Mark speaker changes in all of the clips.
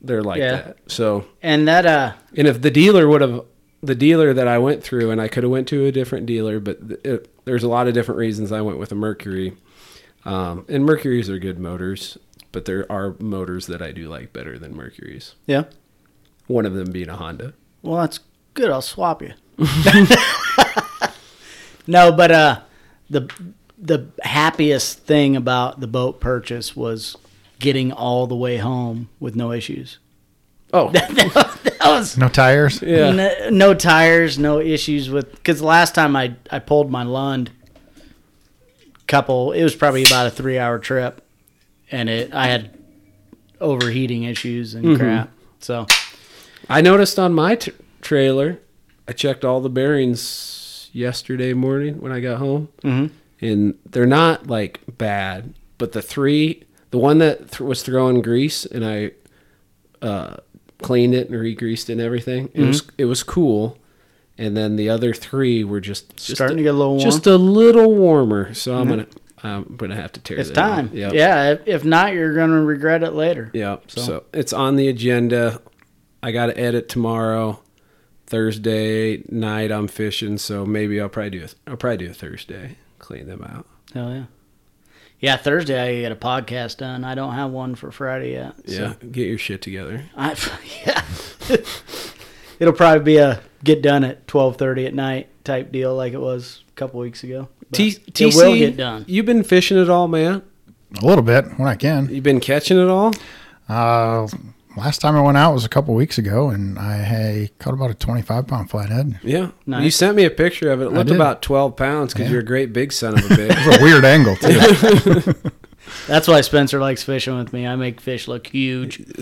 Speaker 1: they're like
Speaker 2: Yeah.
Speaker 1: that. So
Speaker 2: Yeah. And that uh,
Speaker 1: and if the dealer would have the dealer that I went through, and I could have went to a different dealer, but th- it, there's a lot of different reasons I went with a Mercury. Um, and Mercuries are good motors, but there are motors that I do like better than Mercuries.
Speaker 2: yeah.
Speaker 1: One of them being a Honda.
Speaker 2: Well, that's good. I'll swap you. no, but uh, the the happiest thing about the boat purchase was getting all the way home with no issues.
Speaker 1: Oh,
Speaker 2: that was
Speaker 3: No tires.
Speaker 1: Yeah.
Speaker 2: N- No, tires, no issues with. Because last time I I pulled my Lund couple, it was probably about a three hour trip, and it I had overheating issues and
Speaker 1: Mm-hmm.
Speaker 2: crap. So
Speaker 1: I noticed on my t- trailer, I checked all the bearings yesterday morning when I got home, mm-hmm. and they're not like bad. But the three, the one that th- was throwing grease, and I uh, cleaned it and re-greased it and everything. It was
Speaker 2: Mm-hmm.
Speaker 1: it was cool. And then the other three were just, just
Speaker 2: Starting to get a little warm. Mm-hmm.
Speaker 1: just a little warmer. So I'm gonna I'm gonna have to tear.
Speaker 2: it's
Speaker 1: that out.
Speaker 2: time.
Speaker 1: Yep.
Speaker 2: Yeah, if, if not, you're gonna regret it later.
Speaker 1: Yeah. So. it's on the agenda. I got to edit tomorrow. Thursday night I'm fishing, so maybe I'll probably do a, I'll probably do a Thursday. Clean them out.
Speaker 2: Hell yeah. Yeah, Thursday I gotta get a podcast done. I don't have one for Friday yet. So
Speaker 1: Yeah, get your shit together.
Speaker 2: I, yeah. It'll probably be a get done at twelve thirty at night type deal, like it was a couple weeks ago. But
Speaker 1: T-
Speaker 2: it
Speaker 1: TC,
Speaker 2: will get done.
Speaker 1: You've been fishing at all, man.
Speaker 3: A little bit when I can.
Speaker 1: You've been catching it all.
Speaker 3: Uh, last time I went out was a couple weeks ago, and I hey, caught about a 25 pound flathead.
Speaker 1: Yeah,
Speaker 2: Nice.
Speaker 1: you sent me a picture of it. It looked
Speaker 3: did.
Speaker 1: about twelve pounds because
Speaker 3: Yeah.
Speaker 1: you're a great big son of a bitch.
Speaker 3: It's a weird angle too.
Speaker 2: That's why Spencer likes fishing with me. I make fish look huge.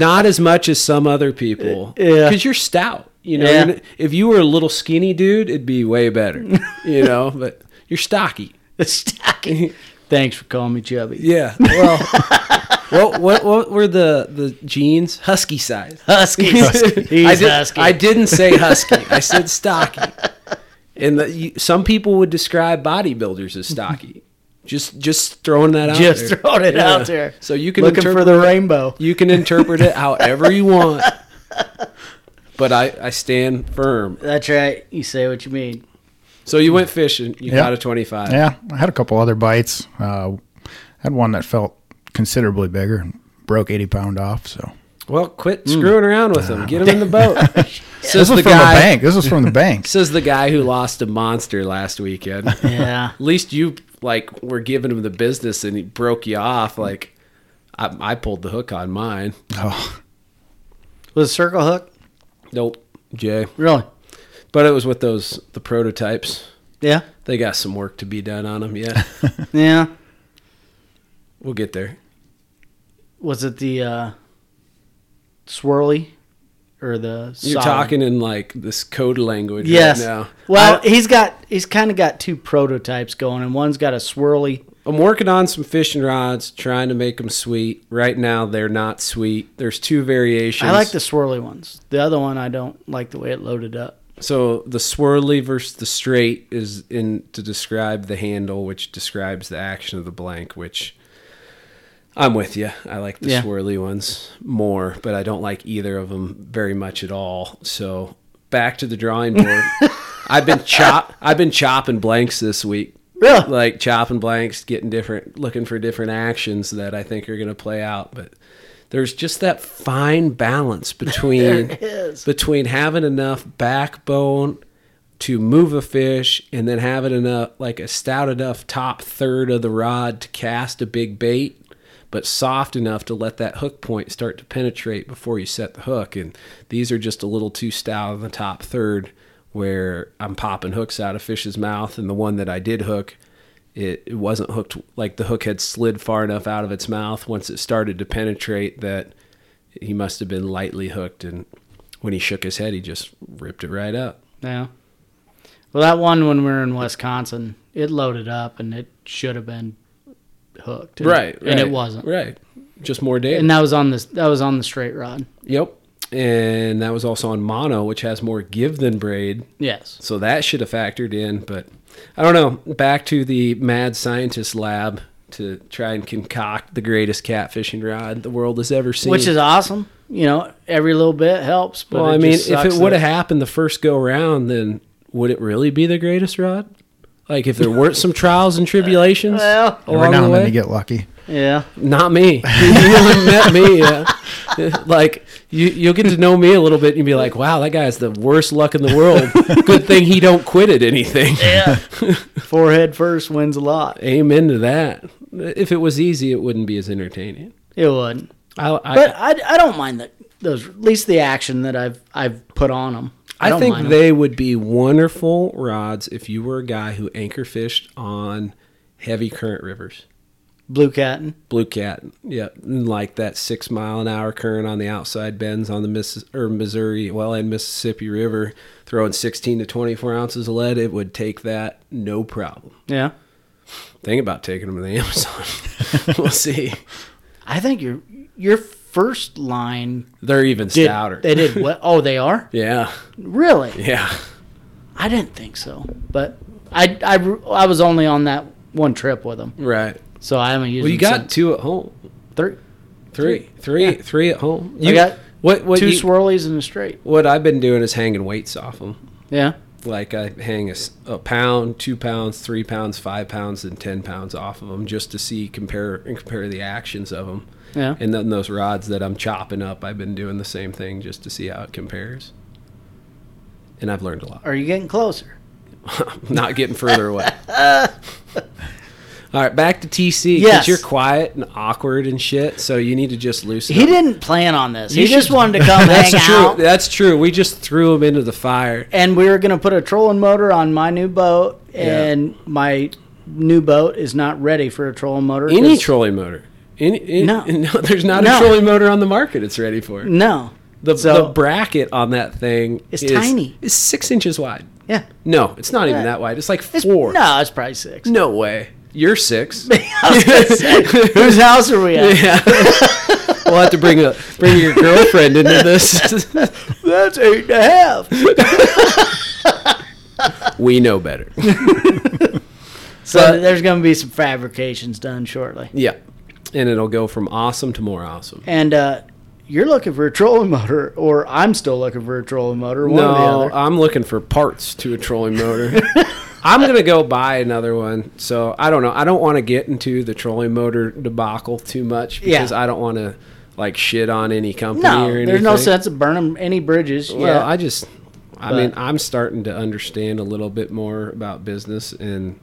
Speaker 1: Not as much as some other people.
Speaker 2: Yeah.
Speaker 1: because you're stout. You know,
Speaker 2: Yeah.
Speaker 1: You're n- if you were a little skinny dude, it'd be way better. you know, but you're stocky.
Speaker 2: Stacking. Thanks for calling me chubby.
Speaker 1: Yeah. Well, what, what what were the the jeans? Husky size.
Speaker 2: Husky. He's
Speaker 1: I, did,
Speaker 2: husky.
Speaker 1: I didn't say husky. I said stocky. And the, you, some people would describe bodybuilders as stocky. Just just throwing that out.
Speaker 2: Just
Speaker 1: there.
Speaker 2: throwing it out there.
Speaker 1: So you can
Speaker 2: looking for
Speaker 1: interpret
Speaker 2: the rainbow.
Speaker 1: you can interpret it however you want. But I, I stand firm.
Speaker 2: That's right. You say what you mean.
Speaker 1: So you went fishing. You
Speaker 3: Yeah.
Speaker 1: got a twenty five.
Speaker 3: Yeah, I had a couple other bites. Uh, had one that felt considerably bigger and broke 80 pound off. So
Speaker 1: Well, quit
Speaker 2: Hmm.
Speaker 1: screwing around with them. Get them in the boat.
Speaker 3: this
Speaker 1: says
Speaker 3: was
Speaker 1: the
Speaker 3: from the
Speaker 1: guy.
Speaker 3: bank. This was from the bank.
Speaker 1: Says the guy who lost a monster last weekend.
Speaker 2: Yeah.
Speaker 1: at least you like were giving him the business and he broke you off like i, I pulled the hook on mine
Speaker 3: Oh,
Speaker 2: With a circle hook?
Speaker 1: nope jay
Speaker 2: Really?
Speaker 1: but it was with those the prototypes
Speaker 2: Yeah.
Speaker 1: they got some work to be done on them yeah
Speaker 2: Yeah.
Speaker 1: we'll get there
Speaker 2: Was it the uh, swirly or the?
Speaker 1: you're
Speaker 2: solid?
Speaker 1: talking in like this code language
Speaker 2: Yes.
Speaker 1: right now
Speaker 2: Well,
Speaker 1: I,
Speaker 2: he's got he's kind of got two prototypes going, and one's got a swirly.
Speaker 1: i'm working on some fishing rods trying to make them sweet right now they're not sweet there's two variations
Speaker 2: I like the swirly ones. The other one I don't like the way it loaded up.
Speaker 1: So the swirly versus the straight is in to describe the handle, which describes the action of the blank. Which I'm with you. I like the
Speaker 2: Yeah.
Speaker 1: swirly ones more, but I don't like either of them very much at all. So back to the drawing board. I've been chop. I've been chopping blanks this week.
Speaker 2: Really?
Speaker 1: Like chopping blanks, getting different, looking for different actions that I think are going to play out, but there's just that fine balance between between having enough backbone to move a fish and then having enough like a stout enough top third of the rod to cast a big bait but soft enough to let that hook point start to penetrate before you set the hook and these are just a little too stout on the top third where I'm popping hooks out of fish's mouth and the one that I did hook it, it wasn't hooked like the hook had slid far enough out of its mouth once it started to penetrate that he must have been lightly hooked and when he shook his head he just ripped it right up
Speaker 2: Yeah. Well, that one when we were in Wisconsin, it loaded up, and it should have been hooked. And, and it wasn't.
Speaker 1: right just more data
Speaker 2: And that was on this. That was on the straight rod.
Speaker 1: yep and that was also on mono which has more give than braid
Speaker 2: Yes.
Speaker 1: So that should have factored in, but I don't know. Back to the mad scientist lab to try and concoct the greatest catfishing rod the world has ever seen.
Speaker 2: Which is awesome. You know, every little bit helps. But
Speaker 1: well, I mean,
Speaker 2: just
Speaker 1: if it
Speaker 2: sucks
Speaker 1: would have
Speaker 2: that-
Speaker 1: happened the first go round, then would it really be the greatest rod? Like if there weren't some trials and tribulations
Speaker 2: Well,
Speaker 3: every
Speaker 1: along
Speaker 3: now
Speaker 1: the
Speaker 3: and
Speaker 1: way,
Speaker 3: then you get lucky.
Speaker 2: yeah,
Speaker 1: not me. you haven't met me. Yeah. like you, you'll get to know me a little bit, and you'll be like, "Wow, that guy's the worst luck in the world. Good thing he don't quit at anything."
Speaker 2: forehead first wins a lot.
Speaker 1: Amen to that. If it was easy, it wouldn't be as entertaining.
Speaker 2: It wouldn't.
Speaker 1: I, I,
Speaker 2: But I, I don't mind that those at least the action that I've I've put on them. I,
Speaker 1: I
Speaker 2: don't
Speaker 1: think
Speaker 2: mind 'em.
Speaker 1: they would be wonderful rods if you were a guy who anchor fished on heavy current rivers.
Speaker 2: blue catting.
Speaker 1: Blue cat, yeah, and like that six mile an hour current on the outside bends on the Miss or Missouri, well, and Mississippi River, throwing sixteen to twenty four ounces of lead, it would take that no problem.
Speaker 2: Yeah,
Speaker 1: Think about taking them to the Amazon. we'll see.
Speaker 2: I think your your first line
Speaker 1: They're even
Speaker 2: did
Speaker 1: stouter.
Speaker 2: they did what? Oh, they are
Speaker 1: yeah,
Speaker 2: really.
Speaker 1: yeah.
Speaker 2: I didn't think so, but I, I I was only on that one trip with them,
Speaker 1: Right.
Speaker 2: so I haven't used.
Speaker 1: Well, you
Speaker 2: them
Speaker 1: got
Speaker 2: since.
Speaker 1: two at home.
Speaker 2: three,
Speaker 1: Three, three, three at home.
Speaker 2: got
Speaker 1: what? What?
Speaker 2: two
Speaker 1: you-
Speaker 2: swirlies and a straight.
Speaker 1: what I've been doing is hanging weights off them.
Speaker 2: Yeah,
Speaker 1: Like I hang a, s- a pound, two pounds, three pounds, five pounds, and ten pounds off of them just to see compare and compare the actions of them.
Speaker 2: Yeah.
Speaker 1: And then those rods that I'm chopping up, I've been doing the same thing just to see how it compares. And I've learned a lot.
Speaker 2: Are you getting closer?
Speaker 1: Not getting further away. All right, back to TC. 'cause
Speaker 2: Yes.
Speaker 1: you're quiet and awkward and shit, so you need to just loosen
Speaker 2: He
Speaker 1: up.
Speaker 2: didn't plan on this.
Speaker 1: You
Speaker 2: he just
Speaker 1: should-
Speaker 2: wanted to come
Speaker 1: That's
Speaker 2: hang
Speaker 1: true.
Speaker 2: out.
Speaker 1: That's true. We just threw him into the fire.
Speaker 2: And we were going to put a trolling motor on my new boat,
Speaker 1: Yeah.
Speaker 2: and my new boat is not ready for a trolling motor.
Speaker 1: Any
Speaker 2: 'cause-
Speaker 1: trolling motor. Any, any-
Speaker 2: No.
Speaker 1: there's not a
Speaker 2: No.
Speaker 1: trolling motor on the market it's ready for.
Speaker 2: No.
Speaker 1: The,
Speaker 2: so-
Speaker 1: the bracket on that thing
Speaker 2: It's
Speaker 1: is
Speaker 2: tiny.
Speaker 1: It's six inches wide.
Speaker 2: Yeah.
Speaker 1: No, it's not even
Speaker 2: Yeah.
Speaker 1: that wide. It's like
Speaker 2: It's,
Speaker 1: four.
Speaker 2: No, it's probably six.
Speaker 1: No way. You're six.
Speaker 2: Whose house are we at?
Speaker 1: yeah. we'll have to bring a bring your girlfriend into this.
Speaker 2: That's eight and a half.
Speaker 1: we know better.
Speaker 2: So there's going to be some fabrications done shortly.
Speaker 1: Yeah. And it'll go from awesome to more awesome.
Speaker 2: And uh, you're looking for a trolling motor, or I'm still looking for a trolling motor. One or the
Speaker 1: No,
Speaker 2: other.
Speaker 1: I'm looking for parts to a trolling motor. I'm gonna go buy another one. So I don't know. I don't want to get into the trolling motor debacle too much
Speaker 2: Yeah.
Speaker 1: because I don't want to like shit on any company or
Speaker 2: no,
Speaker 1: anything.
Speaker 2: there's no sense of burning any bridges.
Speaker 1: Well,
Speaker 2: yeah.
Speaker 1: I just, I mean, I'm starting to understand a little bit more about business, and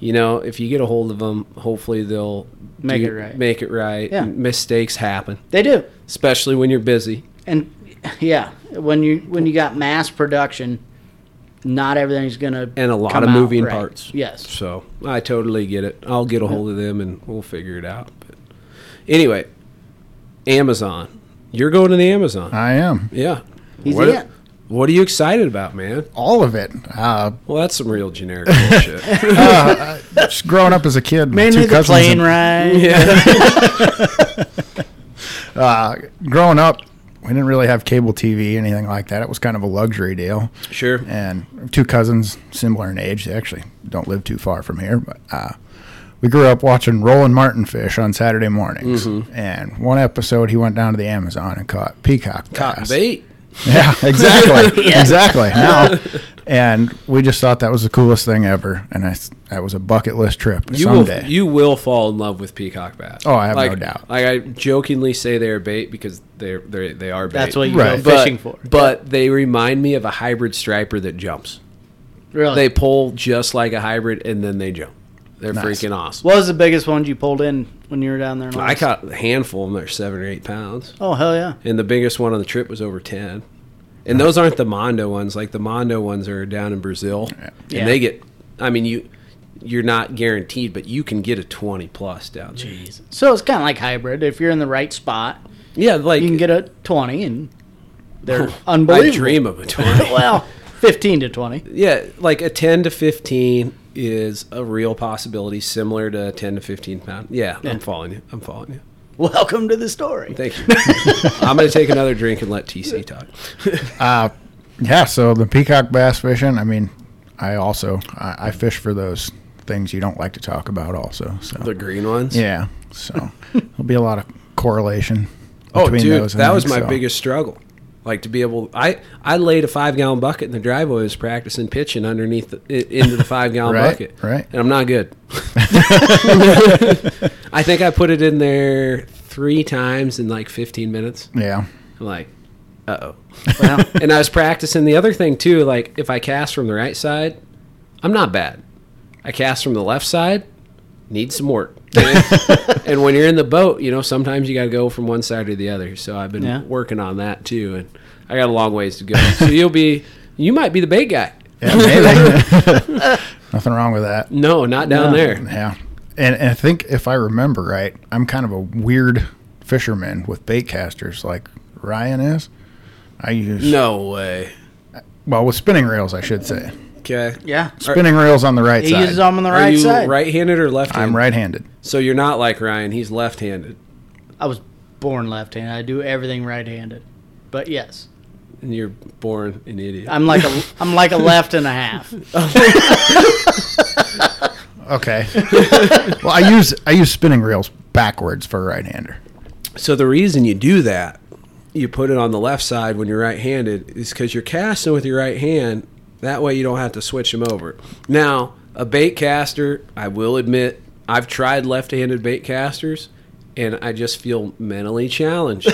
Speaker 1: you know, if you get a hold of them, hopefully they'll
Speaker 2: Make it right.
Speaker 1: Make it right.
Speaker 2: Yeah.
Speaker 1: Mistakes happen,
Speaker 2: they do.
Speaker 1: especially when you're busy.
Speaker 2: and yeah, when you when you got mass production, not everything's gonna
Speaker 1: and a lot
Speaker 2: come
Speaker 1: of
Speaker 2: out
Speaker 1: moving
Speaker 2: right.
Speaker 1: parts.
Speaker 2: Yes,
Speaker 1: So I totally get it. I'll get a hold of them and we'll figure it out. But anyway, Amazon. You're going to the Amazon.
Speaker 3: I am.
Speaker 1: yeah.
Speaker 2: he's
Speaker 1: what,
Speaker 2: in.
Speaker 1: What are you excited about, man?
Speaker 3: All of it. Uh,
Speaker 1: Well, that's some real generic bullshit.
Speaker 3: just growing up as a kid. with
Speaker 2: Mainly
Speaker 3: two
Speaker 2: the
Speaker 3: cousins
Speaker 2: plane
Speaker 3: and-
Speaker 2: ride.
Speaker 3: Growing up, we didn't really have cable TV, anything like that. It was kind of a luxury deal.
Speaker 1: Sure.
Speaker 3: and two cousins similar in age. They actually don't live too far from here, but uh, we grew up watching Roland Martin fish on Saturday mornings. And one episode, he went down to the Amazon and caught peacock
Speaker 1: Cotton
Speaker 3: bass.
Speaker 1: bait.
Speaker 3: Yeah, exactly, exactly. Now, and we just thought that was the coolest thing ever, and I, s- that was a bucket list trip
Speaker 1: You
Speaker 3: someday.
Speaker 1: will you will fall in love with peacock bass.
Speaker 3: Oh, I have no
Speaker 1: like,
Speaker 3: doubt.
Speaker 1: Like I jokingly say they're bait because they're they they are bait.
Speaker 2: That's what you
Speaker 3: Right.
Speaker 2: go
Speaker 1: but,
Speaker 2: fishing for.
Speaker 1: But they remind me of a hybrid striper that jumps.
Speaker 2: Really,
Speaker 1: They pull just like a hybrid, and then they jump. They're
Speaker 3: Nice.
Speaker 1: freaking awesome.
Speaker 2: what was the biggest ones you pulled in when you were down there?
Speaker 1: I
Speaker 2: last?
Speaker 1: caught a handful of them. They're seven or eight pounds,
Speaker 2: Oh hell yeah!
Speaker 1: and the biggest one on the trip was over ten. And those aren't the mondo ones. Like the mondo ones are down in Brazil, and
Speaker 2: Yeah.
Speaker 1: they get. I mean, you you're not guaranteed, but you can get a twenty plus down there.
Speaker 2: So it's kind of like hybrid. If you're in the right spot,
Speaker 1: Yeah, like
Speaker 2: you can get a twenty, and they're
Speaker 1: I
Speaker 2: unbelievable.
Speaker 1: dream of a twenty.
Speaker 2: well, fifteen to twenty.
Speaker 1: yeah, like a ten to fifteen is a real possibility, similar to a ten to fifteen pound. Yeah, I'm following you. I'm following you.
Speaker 2: Welcome to the story.
Speaker 1: Thank you. I'm going to take another drink and let TC talk.
Speaker 3: Yeah, so the peacock bass fishing. I mean, I also I, I fish for those things you don't like to talk about. Also, so
Speaker 1: The green ones.
Speaker 3: Yeah. So there'll be a lot of correlation.
Speaker 1: Oh,
Speaker 3: between
Speaker 1: dude,
Speaker 3: those, I
Speaker 1: that was
Speaker 3: think,
Speaker 1: my
Speaker 3: so.
Speaker 1: biggest struggle. Like to be able, I I laid a five gallon bucket in the driveway. I was practicing pitching underneath the, i- into the five gallon
Speaker 3: Right,
Speaker 1: bucket.
Speaker 3: right.
Speaker 1: and I'm not good. I think I put it in there three times in like 15 minutes.
Speaker 3: Yeah.
Speaker 1: I'm like, uh oh. and I was practicing the other thing too. Like if I cast from the right side, I'm not bad. I cast from the left side, need some work. and when you're in the boat, you know sometimes you got to go from one side to the other. So I've been
Speaker 2: Yeah.
Speaker 1: working on that too, and I got a long ways to go. So you'll be, you might be the bait guy.
Speaker 3: Yeah, maybe. Nothing wrong with that.
Speaker 1: No, not down
Speaker 2: No.
Speaker 1: there.
Speaker 3: Yeah. And, and I think if I remember right, I'm kind of a weird fisherman with bait casters like Ryan is. I use
Speaker 1: No way.
Speaker 3: well with spinning reels, I should say.
Speaker 1: Okay.
Speaker 2: Yeah,
Speaker 3: Spinning reels on the right
Speaker 2: he
Speaker 3: side.
Speaker 2: uses them on the
Speaker 1: Are
Speaker 2: right
Speaker 1: you
Speaker 2: side.
Speaker 1: right-handed or left-handed?
Speaker 3: I'm right-handed.
Speaker 1: So you're not like Ryan. He's left-handed,
Speaker 2: I was born left-handed. I do everything right-handed. But yes,
Speaker 1: and you're born an idiot.
Speaker 2: I'm like a I'm like a left and a half.
Speaker 3: Okay. well, I use I use spinning reels backwards for a right-hander.
Speaker 1: So the reason you do that, you put it on the left side when you're right-handed, is because you're casting with your right hand, That way you don't have to switch them over. Now, a bait caster, I will admit, I've tried left-handed bait casters and I just feel mentally challenged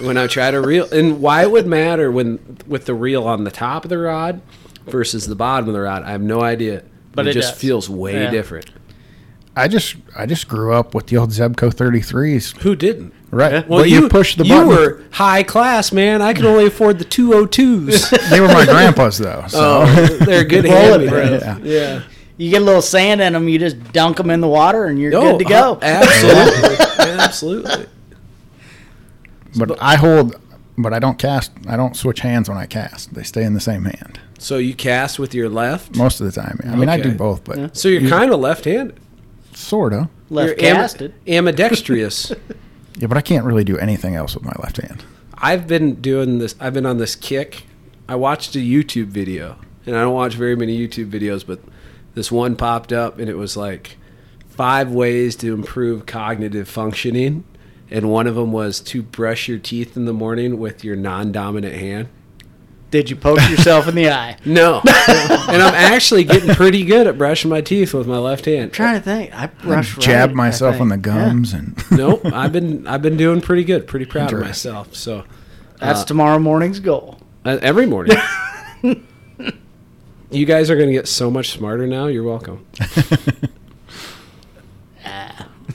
Speaker 1: when I try to reel. And why it would matter when with the reel on the top of the rod versus the bottom of the rod, I have no idea. But
Speaker 2: But
Speaker 1: it,
Speaker 2: it
Speaker 1: just
Speaker 2: does.
Speaker 1: feels way
Speaker 2: Yeah.
Speaker 1: different.
Speaker 3: I just I just grew up with the old Zebco 33s.
Speaker 1: Who didn't?
Speaker 3: Right. Well, you, pushed the
Speaker 1: you
Speaker 3: button.
Speaker 1: were high class, man. I could only afford the 202s.
Speaker 3: They were my grandpa's though.
Speaker 1: Oh.
Speaker 3: So
Speaker 1: They're good
Speaker 2: Quality,
Speaker 1: hand
Speaker 2: bro.
Speaker 1: Yeah. yeah.
Speaker 2: You get a little sand in them, you just dunk them in the water, and you're
Speaker 1: Oh,
Speaker 2: good to go.
Speaker 1: oh, absolutely. absolutely.
Speaker 3: but I hold but I don't cast I don't switch hands when I cast. They stay in the same hand.
Speaker 1: So you cast with your left.
Speaker 3: Most of the time. I mean I do
Speaker 1: Okay.
Speaker 3: both, but
Speaker 1: So you're kind of left handed.
Speaker 3: sorta.
Speaker 2: Left
Speaker 1: you're am-
Speaker 2: casted.
Speaker 1: Ambidextrous.
Speaker 3: Yeah, but I can't really do anything else with my left hand.
Speaker 1: I've been doing this. I've been on this kick. I watched a YouTube video, and I don't watch very many YouTube videos, but this one popped up, and it was like five ways to improve cognitive functioning, and one of them was to brush your teeth in the morning with your non-dominant hand.
Speaker 2: Did you poke yourself in the eye? I'm
Speaker 1: No, and I'm actually getting pretty good at brushing my teeth with my left hand.
Speaker 2: trying to think. I brushed
Speaker 3: Jab myself on the gums and
Speaker 1: Nope, I've been I've been doing pretty good, pretty proud of
Speaker 3: Interesting.
Speaker 1: myself. So
Speaker 2: That's
Speaker 3: Uh,
Speaker 2: tomorrow morning's goal.
Speaker 1: uh, every morning. You guys are going to get so much smarter now. You're welcome.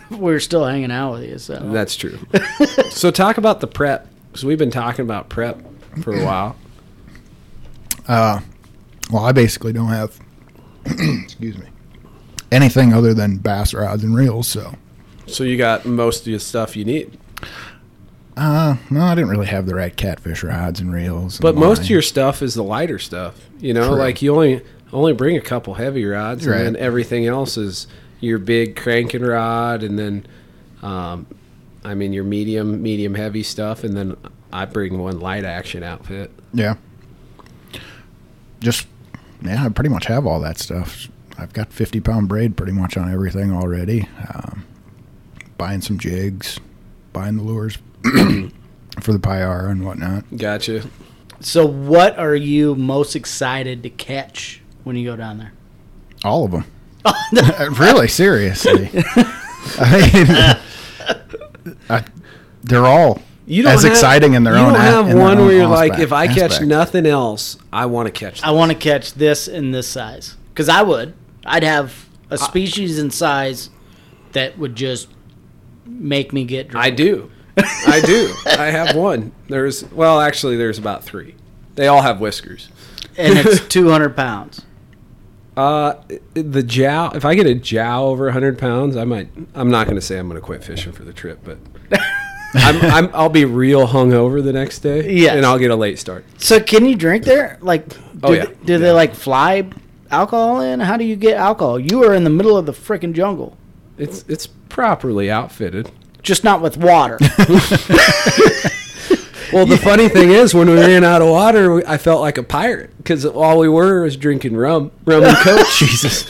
Speaker 2: We're still hanging out with you, so
Speaker 1: That's true. so talk about the prep because we've been talking about prep for a while.
Speaker 3: well, I basically don't have excuse me. Anything other than bass rods and reels, so
Speaker 1: So you got most of the stuff you need,
Speaker 3: no, I didn't really have the right catfish rods and reels. and
Speaker 1: but most of
Speaker 3: line.
Speaker 1: your stuff is the lighter stuff. You know,
Speaker 3: True.
Speaker 1: like you only only bring a couple heavy rods,
Speaker 3: Right.
Speaker 1: and then everything else is your big cranking rod, and then, um, I mean, your medium medium heavy stuff, and then I bring one light action outfit.
Speaker 3: Yeah. Just yeah, I pretty much have all that stuff. I've got fifty pound braid pretty much on everything already. Um, buying some jigs, buying the lures for the pyar and whatnot.
Speaker 1: Gotcha.
Speaker 2: so what are you most excited to catch when you go down there?
Speaker 3: All of them. really, seriously. I mean, I- they're all
Speaker 1: You don't
Speaker 3: as
Speaker 1: have-
Speaker 3: exciting in their
Speaker 1: you
Speaker 3: own.
Speaker 1: don't
Speaker 3: a-
Speaker 1: have
Speaker 3: in their
Speaker 1: one
Speaker 3: own
Speaker 1: where you're like,
Speaker 3: aspect-
Speaker 1: if I catch
Speaker 3: aspect.
Speaker 1: nothing else, I want to catch.
Speaker 2: I want to catch this in this size because I would. I'd have a species and size that would just make me get drunk.
Speaker 1: I do. I do. I have one. There's well, actually, there's about three. They all have whiskers.
Speaker 2: and it's 200 pounds.
Speaker 1: Uh, the jow. If I get a jow over 100 pounds, I might. I'm not going to say I'm going to quit fishing for the trip, but I'm, I'm. I'll be real hungover the next day.
Speaker 2: Yes.
Speaker 1: and I'll get a late start.
Speaker 2: So can you drink there? Like, do,
Speaker 1: Oh, yeah.
Speaker 2: they, do they like fly alcohol in? How do you get alcohol? You are in the middle of the freaking jungle,
Speaker 1: It's it's properly outfitted.
Speaker 2: just not with water.
Speaker 1: Well, the funny thing is, when we ran out of water, we- I felt like a pirate because all we were was drinking rum, rum and coke. Jesus.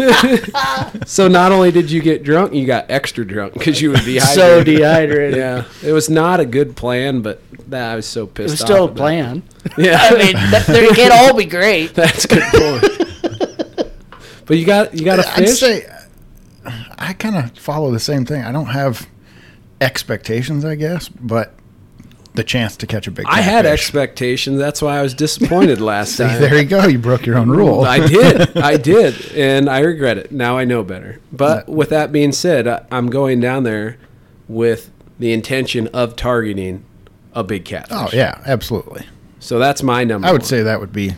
Speaker 1: so not only did you get drunk, you got extra drunk because you were dehydrated.
Speaker 2: so dehydrated.
Speaker 1: Yeah, it was not a good plan, but that I was so pissed.
Speaker 2: It was
Speaker 1: off
Speaker 2: still a
Speaker 1: about-
Speaker 2: plan.
Speaker 1: Yeah,
Speaker 2: I mean, that, they can't all be great.
Speaker 1: that's a good point. but you got you got a
Speaker 3: I'd
Speaker 1: fish.
Speaker 3: say I kind of follow the same thing. I don't have expectations, I guess, but the chance to catch a big.
Speaker 1: I had
Speaker 3: catfish.
Speaker 1: expectations. That's why I was disappointed last time.
Speaker 3: There you go. You broke your own rule.
Speaker 1: I did. I did. And I regret it. Now I know better.
Speaker 3: Mm.
Speaker 1: But with that being said, I- I'm going down there with the intention of targeting a big catfish.
Speaker 3: oh yeah, absolutely.
Speaker 1: So that's my number.
Speaker 3: I would
Speaker 1: one.
Speaker 3: say that would be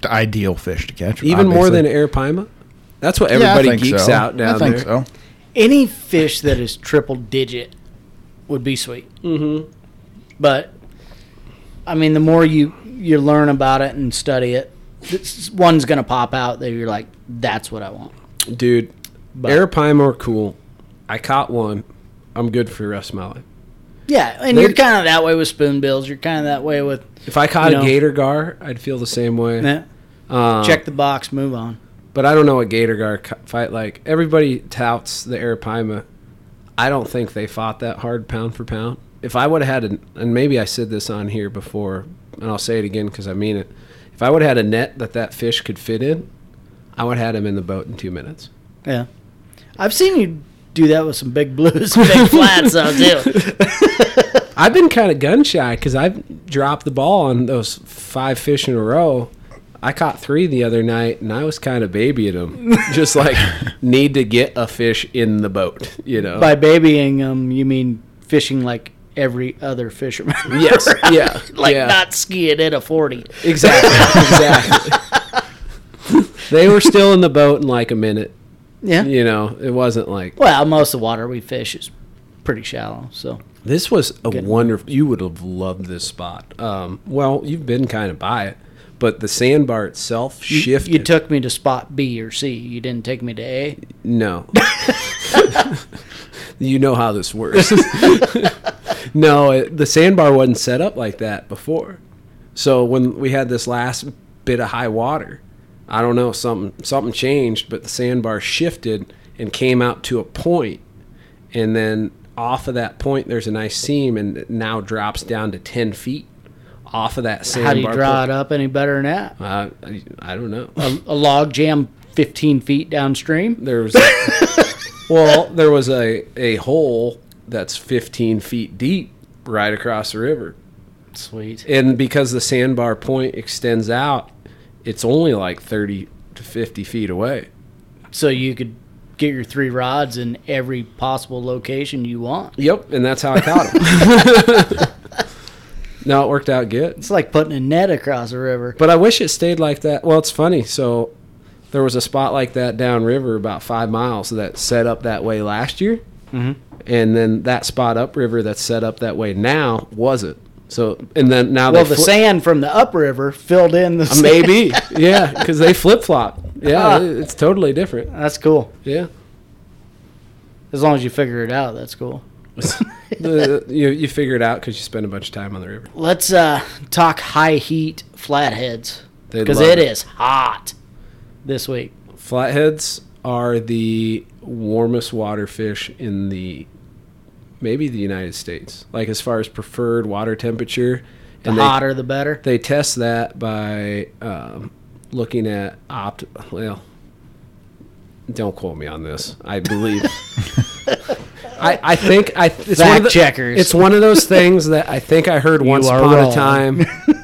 Speaker 3: the ideal fish to catch.
Speaker 1: even more
Speaker 3: obviously.
Speaker 1: than air pima. That's what
Speaker 3: Yeah, I
Speaker 1: everybody
Speaker 3: think
Speaker 1: geeks
Speaker 3: so.
Speaker 1: out down
Speaker 3: I think
Speaker 1: there.
Speaker 3: so.
Speaker 2: Any fish that is triple digit would be sweet. Mm-hmm. But I mean, the more you you learn about it and study it, this, one's gonna pop out that you're like, that's what I want.
Speaker 1: Dude, air pima are cool. I caught one. I'm good for the rest of my life.
Speaker 2: Yeah, and
Speaker 1: They-
Speaker 2: you're kind of that way with spoonbills. You're kind of that way with
Speaker 1: If I caught
Speaker 2: You
Speaker 1: a
Speaker 2: know.
Speaker 1: gator gar, I'd feel the same way.
Speaker 2: eh, check the box, move on.
Speaker 1: But I don't know what Gator Gar co- fight like. Everybody touts the Arapaima. I don't think they fought that hard pound for pound. If I would have had, an, and maybe I said this on here before, and I'll say it again because I mean it. If I would have had a net that that fish could fit in, I would have had him in the boat in two minutes.
Speaker 2: Yeah. I've seen you do that with some big blues and big flats, though, too.
Speaker 1: I've been kind of gun shy because I've dropped the ball on those five fish in a row. I caught three the other night, and I was kind of babying them, just like need to get a fish in the boat, you know.
Speaker 2: By babying them, you mean fishing like every other fisherman.
Speaker 1: yes, yeah,
Speaker 2: like
Speaker 1: yeah.
Speaker 2: not skiing in a 40.
Speaker 1: exactly, exactly. they were still in the boat in like a minute,
Speaker 2: Yeah.
Speaker 1: you know. It wasn't like
Speaker 2: Well, most of the water we fish is pretty shallow, so.
Speaker 1: This was a wonderful. You would have loved this spot. Um, well, you've been kind of by it, but the sandbar itself shifted.
Speaker 2: You took me to spot B or C. You didn't take me to A.
Speaker 1: no. you know how this works. no, it, the sandbar wasn't set up like that before. So when we had this last bit of high water, I don't know something something changed, but the sandbar shifted and came out to a point, and then off of that point there's a nice seam, and it now drops down to ten feet off of that sandbar.
Speaker 2: How do you draw
Speaker 1: point.
Speaker 2: it up any better than that?
Speaker 1: Uh, I, I don't know.
Speaker 2: A, a log jam 15 feet downstream?
Speaker 1: There was, well, there was a, a hole that's 15 feet deep right across the river.
Speaker 2: Sweet.
Speaker 1: And because the sandbar point extends out, it's only like 30 to 50 feet away.
Speaker 2: So you could get your three rods in every possible location you want.
Speaker 1: Yep. And that's how I caught him. no, it worked out good.
Speaker 2: It's like putting a net across a river.
Speaker 1: But I wish it stayed like that. Well, it's funny. So there was a spot like that downriver about five miles that set up that way last year.
Speaker 2: Mm-hmm.
Speaker 1: And then that spot upriver that's set up that way now wasn't. So, and then now
Speaker 2: Well,
Speaker 1: they
Speaker 2: the
Speaker 1: fli- Uh,
Speaker 2: sand from the upriver filled in the sand.
Speaker 1: Maybe. yeah. Because they flip flop. Yeah. it- It's totally different.
Speaker 2: That's cool.
Speaker 1: Yeah.
Speaker 2: As long as you figure it out, that's cool.
Speaker 1: The- you, you figure it out because you spend a bunch of time on the river.
Speaker 2: Let's uh, talk high heat flatheads
Speaker 1: They'd
Speaker 2: because
Speaker 1: love
Speaker 2: it
Speaker 1: it.
Speaker 2: is hot this week.
Speaker 1: Flatheads are the warmest water fish in the maybe the United States. Like as far as preferred water temperature,
Speaker 2: The
Speaker 1: and
Speaker 2: hotter the better.
Speaker 1: They, they test that by um, looking at opt. Well, don't quote me on this. I believe. I, I think I it's one
Speaker 2: Fact
Speaker 1: of the,
Speaker 2: checkers.
Speaker 1: It's one of those things that I think I heard once
Speaker 2: are
Speaker 1: upon
Speaker 2: wrong.
Speaker 1: a time,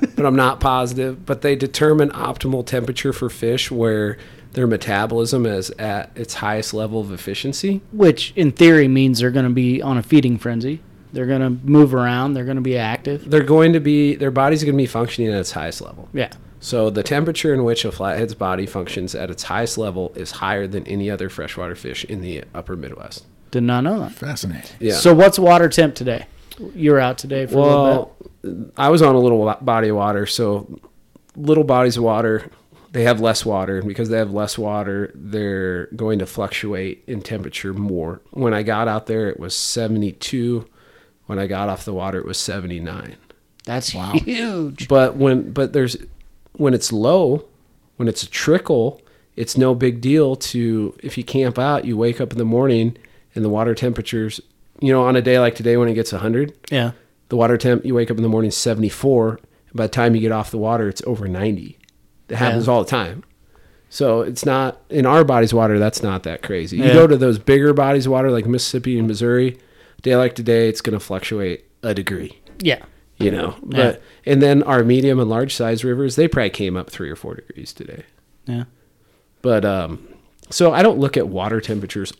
Speaker 1: but I'm not positive. But they determine optimal temperature for fish where their metabolism is at its highest level of efficiency.
Speaker 2: Which in theory means they're going to be on a feeding frenzy. They're going to move around. They're going to be active.
Speaker 1: They're going to be their body's going to be functioning at its highest level.
Speaker 2: Yeah.
Speaker 1: So the temperature in which a flathead's body functions at its highest level is higher than any other freshwater fish in the upper Midwest.
Speaker 2: Did not know that.
Speaker 3: Fascinating.
Speaker 1: Yeah.
Speaker 2: So what's water temp today? You're out today for a little bit.
Speaker 1: well, I was on a little wa- body of water, so little bodies of water, they have less water, and because they have less water, they're going to fluctuate in temperature more. When I got out there, it was 72. When I got off the water, it was 79.
Speaker 2: That's huge.
Speaker 1: But when but there's when it's low, when it's a trickle, it's no big deal to if you camp out, you wake up in the morning and the water temperatures, you know, on a day like today when it gets 100,
Speaker 2: Yeah.
Speaker 1: the water temp you wake up in the morning 74, and by the time you get off the water it's over 90. It happens all the time. So it's not in our bodies of water that's not that crazy. You
Speaker 2: Yeah.
Speaker 1: go to those bigger bodies of water like Mississippi and Missouri, day like today it's going to fluctuate a degree
Speaker 2: Yeah.
Speaker 1: you know. But and then our medium and large size rivers, they probably came up three or four degrees today.
Speaker 2: Yeah.
Speaker 1: But um, so I don't look at water temperatures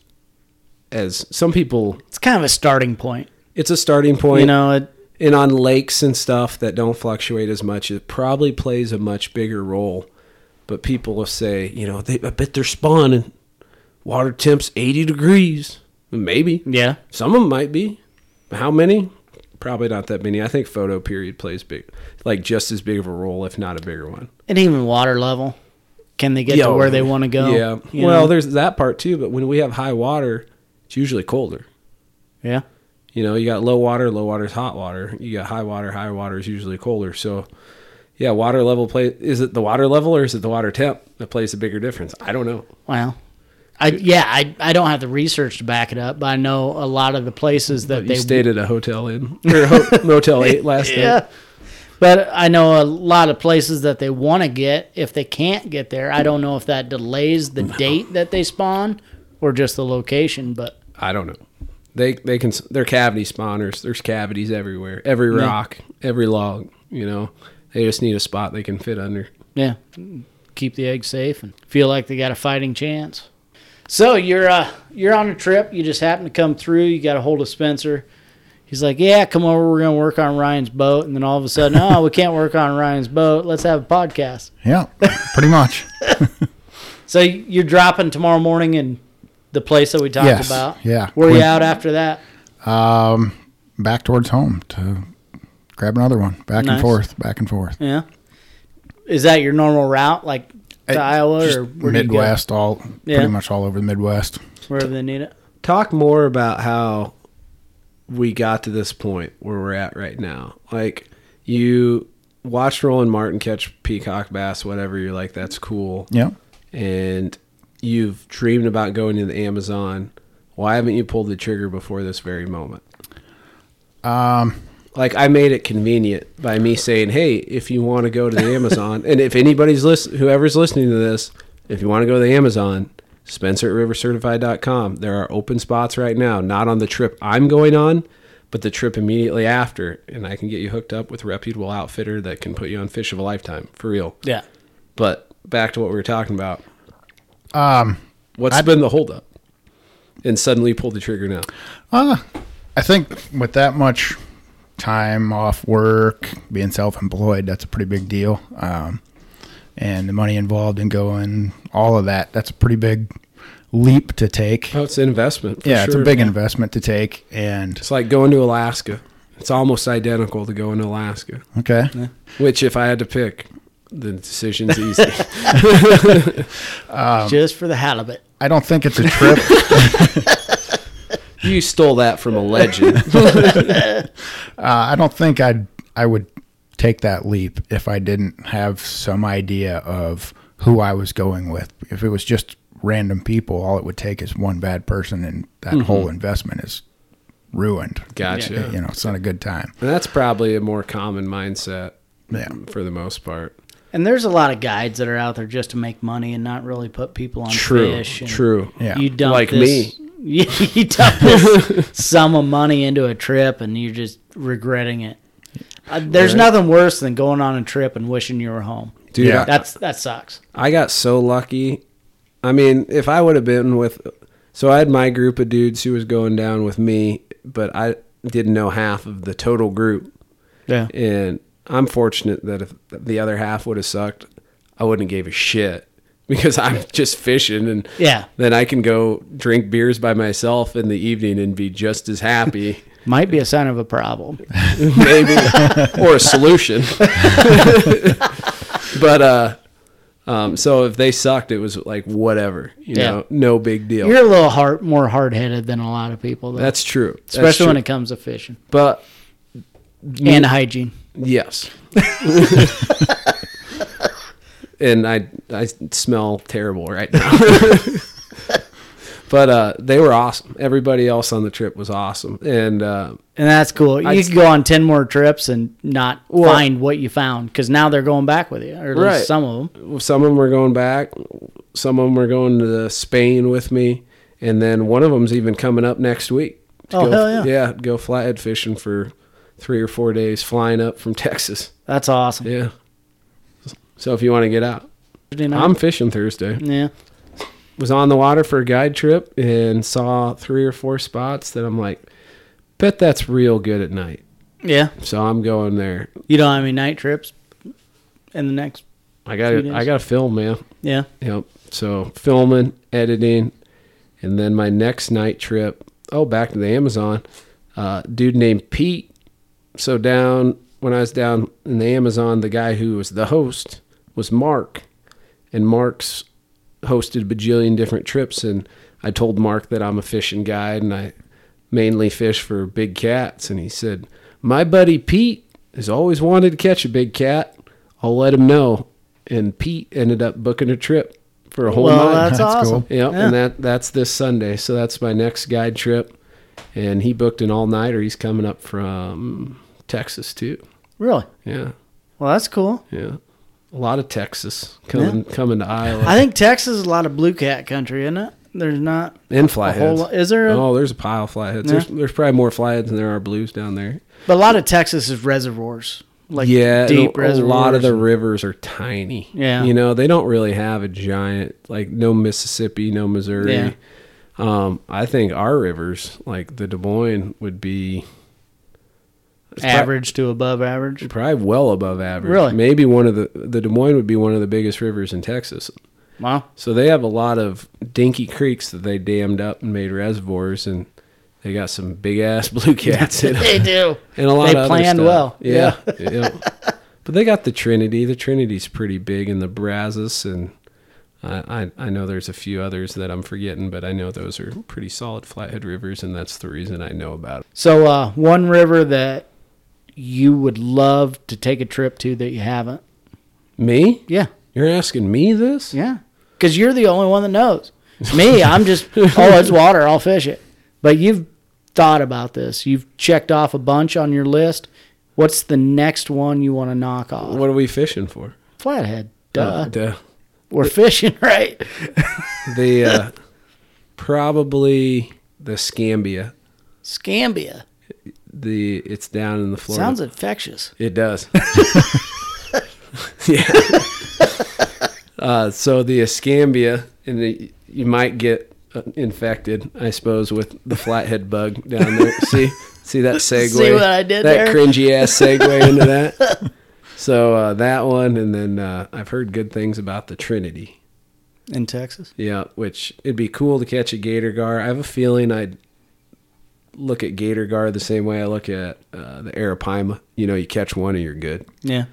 Speaker 1: as some people.
Speaker 2: It's kind of a starting point.
Speaker 1: It's a starting point,
Speaker 2: You know, it,
Speaker 1: and on lakes and stuff that don't fluctuate as much, it probably plays a much bigger role. But people will say, you know, they, I bet they're spawning. Water temps eighty degrees, maybe.
Speaker 2: yeah.
Speaker 1: Some of them might be. How many? Probably not that many. I think photo period plays big, like just as big of a role, if not a bigger one.
Speaker 2: And even water level. Can they get to where they want to go?
Speaker 1: Yeah.
Speaker 2: You
Speaker 1: well,
Speaker 2: know?
Speaker 1: there's that part too. But when we have high water, it's usually colder.
Speaker 2: yeah.
Speaker 1: You know, you got low water. Low water is hot water. You got high water. High water is usually colder. So, yeah, water level play. Is it the water level or is it the water temp that plays a bigger difference? I don't know.
Speaker 2: Well, I yeah, I I don't have the research to back it up, but I know a lot of the places that
Speaker 1: You
Speaker 2: they
Speaker 1: stayed at a hotel in or a ho- motel eight last night.
Speaker 2: yeah. But I know a lot of places that they want to get if they can't get there. I don't know if that delays the date that they spawn or just the location, but
Speaker 1: I don't know. They they can they're cavity spawners. There's cavities everywhere. Every rock, every log. You know, they just need a spot they can fit under.
Speaker 2: yeah, keep the eggs safe and feel like they got a fighting chance. So you're uh you're on a trip. You just happen to come through. You got a hold of Spencer. He's like, "Yeah, come over. We're gonna work on Ryan's boat." And then all of a sudden, oh, we can't work on Ryan's boat. Let's have a podcast.
Speaker 3: Yeah, pretty much.
Speaker 2: So you're dropping tomorrow morning in the place that we talked
Speaker 3: Yes,
Speaker 2: about.
Speaker 3: yeah.
Speaker 2: Where you
Speaker 3: We-
Speaker 2: out after that?
Speaker 3: Back towards home to grab another one. Back
Speaker 2: Nice.
Speaker 3: and forth, back and forth.
Speaker 2: Yeah. Is that your normal route, like to
Speaker 3: It-
Speaker 2: Iowa
Speaker 3: just
Speaker 2: or where do you go?
Speaker 3: Midwest, all
Speaker 2: Yeah.
Speaker 3: pretty much all over the Midwest.
Speaker 2: wherever they need it?
Speaker 1: Talk more about how we got to this point where we're at right now. Like you watched Roland Martin catch peacock bass, whatever. You're like, that's cool.
Speaker 3: Yeah.
Speaker 1: and you've dreamed about going to the Amazon, why haven't you pulled the trigger before this very moment? Um, like I made it convenient by me saying, "Hey, if you want to go to the Amazon, and if anybody's listen, whoever's listening to this, if you want to go to the Amazon, Spencer at RiverCertified.com. There are open spots right now, not on the trip I'm going on." But the trip immediately after, and I can get you hooked up with a reputable outfitter that can put you on fish of a lifetime for real.
Speaker 2: Yeah.
Speaker 1: But back to what we were talking about. Um,
Speaker 3: Um,
Speaker 1: what's been the holdup? And suddenly you pulled the trigger now.
Speaker 3: I think with that much time off work, being self-employed, that's a pretty big deal. Um, and the money involved in going, all of that, that's a pretty big leap to take.
Speaker 1: Oh, it's an investment. for
Speaker 3: yeah, it's a
Speaker 1: sure.
Speaker 3: big investment to take. And
Speaker 1: It's like going to Alaska. It's almost identical to going to Alaska.
Speaker 3: okay,
Speaker 1: Which, if I had to pick, the decision's easy.
Speaker 2: Just for the halibut.
Speaker 3: I don't think it's a trip.
Speaker 1: you stole that from a legend.
Speaker 3: Uh, I don't think I'd I would take that leap if I didn't have some idea of who I was going with. If it was just random people, all it would take is one bad person, and that whole investment is ruined.
Speaker 1: Gotcha.
Speaker 3: You know, it's not a good time.
Speaker 1: And that's probably a more common mindset
Speaker 3: Yeah.
Speaker 1: for the most part.
Speaker 2: And there's a lot of guides that are out there just to make money and not really put people on
Speaker 1: True.
Speaker 2: fish. and
Speaker 1: True.
Speaker 3: Yeah.
Speaker 2: You dump
Speaker 1: Like
Speaker 2: this, me. You dump this sum of money into a trip and you're just regretting it. Uh, there's nothing worse than going on a trip and wishing you were home.
Speaker 1: Dude,
Speaker 3: Yeah.
Speaker 1: I-
Speaker 2: That's that sucks.
Speaker 1: I got so lucky. I mean, if I would have been with, so I had my group of dudes who was going down with me, but I didn't know half of the total group.
Speaker 2: Yeah.
Speaker 1: And I'm fortunate that if the other half would have sucked, I wouldn't have gave a shit because I'm just fishing and
Speaker 2: Yeah.
Speaker 1: Then I can go drink beers by myself in the evening and be just as happy,
Speaker 2: Might be a sign of a problem.
Speaker 1: maybe, or a solution. but uh, um, so if they sucked, it was like whatever, you
Speaker 2: Yeah.
Speaker 1: know, no big deal.
Speaker 2: You're a little hard, more hard headed than a lot of people. Though.
Speaker 1: That's true. That's
Speaker 2: especially when
Speaker 1: true.
Speaker 2: it comes to fishing
Speaker 1: But
Speaker 2: and hygiene.
Speaker 1: yes. and I I smell terrible right now. but uh, they were awesome. Everybody else on the trip was awesome, and uh,
Speaker 2: And that's cool. You
Speaker 1: I'd-
Speaker 2: could go on 10 more trips and not find what you found because now they're going back with you, or at
Speaker 1: Right.
Speaker 2: least some of them.
Speaker 1: some of them were going back, some of them were going to Spain with me, and then one of them's even coming up next week. to
Speaker 2: Oh,
Speaker 1: go,
Speaker 2: hell yeah.
Speaker 1: Yeah, go flathead fishing for three or four days, flying up from Texas.
Speaker 2: That's awesome.
Speaker 1: Yeah. So if you want to get out,
Speaker 2: Thursday night.
Speaker 1: I'm fishing Thursday.
Speaker 2: yeah.
Speaker 1: was on the water for a guide trip and saw three or four spots that I'm like, bet that's real good at night.
Speaker 2: Yeah.
Speaker 1: So I'm going there.
Speaker 2: You don't have any night trips in the next.
Speaker 1: I
Speaker 2: Few
Speaker 1: got
Speaker 2: days.
Speaker 1: I got to film, man.
Speaker 2: Yeah.
Speaker 1: Yep. So filming, editing, and then my next night trip. Oh, back to the Amazon. Uh, dude named Pete. So down when I was down in the Amazon, the guy who was the host was Mark, and Mark's hosted a bajillion different trips. And I told Mark that I'm a fishing guide and I mainly fish for big cats. And he said, "My buddy Pete has always wanted to catch a big cat. I'll let him know." And Pete ended up booking a trip for a whole
Speaker 2: Well,
Speaker 1: month.
Speaker 2: that's, awesome.
Speaker 3: cool.
Speaker 1: Yep,
Speaker 2: Yeah.
Speaker 1: and that that's this Sunday. So that's my next guide trip. And he booked an all nighter. He's coming up from Texas too.
Speaker 2: Really?
Speaker 1: Yeah.
Speaker 2: Well, that's cool.
Speaker 1: Yeah. A lot of Texas coming coming to Iowa.
Speaker 2: I think Texas is a lot of blue cat country, isn't it? There's not.
Speaker 1: and
Speaker 2: a whole
Speaker 1: flatheads.
Speaker 2: lot- is there a-
Speaker 1: oh, there's a pile of flatheads. There's, there's probably more flatheads than there are blues down there.
Speaker 2: But a lot of Texas is reservoirs. Like
Speaker 1: yeah,
Speaker 2: deep
Speaker 1: a, a lot of
Speaker 2: reservoirs.
Speaker 1: the rivers are tiny.
Speaker 2: Yeah.
Speaker 1: you know they don't really have a giant like no Mississippi, no Missouri.
Speaker 2: Yeah.
Speaker 1: Um, I think our rivers, like the Des Moines, would be it's prob-
Speaker 2: average to above average.
Speaker 1: probably well above average.
Speaker 2: Really?
Speaker 1: maybe one of the the Des Moines would be one of the biggest rivers in Texas.
Speaker 2: Wow.
Speaker 1: So they have a lot of dinky creeks that they dammed up and made reservoirs, and they got some big ass blue cats in 'em.
Speaker 2: They do.
Speaker 1: and a lot
Speaker 2: They
Speaker 1: of other
Speaker 2: planned
Speaker 1: stuff.
Speaker 2: well.
Speaker 1: Yeah, yeah. But they got the Trinity. The Trinity's pretty big, and the Brazos, and I, I I know there's a few others that I'm forgetting, but I know those are pretty solid flathead rivers, and that's the reason I know about it.
Speaker 2: So uh, one river that you would love to take a trip to that you haven't.
Speaker 1: Me?
Speaker 2: Yeah.
Speaker 1: You're asking me this?
Speaker 2: Yeah. Because you're the only one that knows. Me, I'm just, oh, it's water. I'll fish it. But you've thought about this. You've checked off a bunch on your list. What's the next one you want to knock off?
Speaker 1: What are we fishing for?
Speaker 2: Flathead. Duh.
Speaker 1: Uh, duh.
Speaker 2: We're fishing, right?
Speaker 1: The uh, probably the Scambia.
Speaker 2: Scambia.
Speaker 1: The it's down in the Florida.
Speaker 2: Sounds infectious.
Speaker 1: It does. yeah. uh, so the Escambia, and the, you might get uh, infected, I suppose, with the flathead bug down there. see, see that segue?
Speaker 2: what I did
Speaker 1: That
Speaker 2: there?
Speaker 1: cringy ass segue into that. So uh, that one, and then uh, I've heard good things about the Trinity.
Speaker 2: In Texas?
Speaker 1: Yeah, which it'd be cool to catch a gator gar. I have a feeling I'd look at gator gar the same way I look at uh, the arapaima. You know, you catch one and you're good.
Speaker 2: Yeah.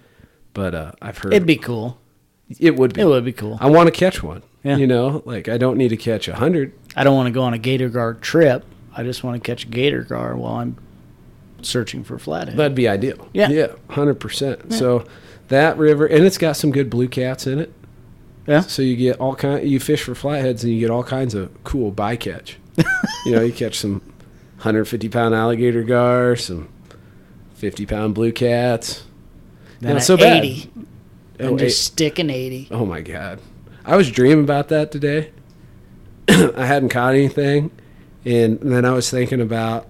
Speaker 1: But uh, I've heard
Speaker 2: It'd be cool.
Speaker 1: it would be.
Speaker 2: It would be cool.
Speaker 1: I want to catch one.
Speaker 2: Yeah.
Speaker 1: You know, like I don't need to catch a hundred.
Speaker 2: I don't want to go on a gator guard trip. I just want to catch a gator guard while I'm searching for flathead.
Speaker 1: That'd be ideal.
Speaker 2: Yeah.
Speaker 1: yeah, hundred percent. So that river, and it's got some good blue cats in it.
Speaker 2: Yeah.
Speaker 1: So you get all kind. You fish for flatheads, and you get all kinds of cool bycatch. you know, you catch some 150 pound alligator gar, some 50 pound blue cats.
Speaker 2: Then
Speaker 1: Not
Speaker 2: a
Speaker 1: so bad.
Speaker 2: 80.
Speaker 1: Oh,
Speaker 2: I'm
Speaker 1: eight-
Speaker 2: just sticking 80.
Speaker 1: oh my god, I was dreaming about that today. I hadn't caught anything, and then I was thinking about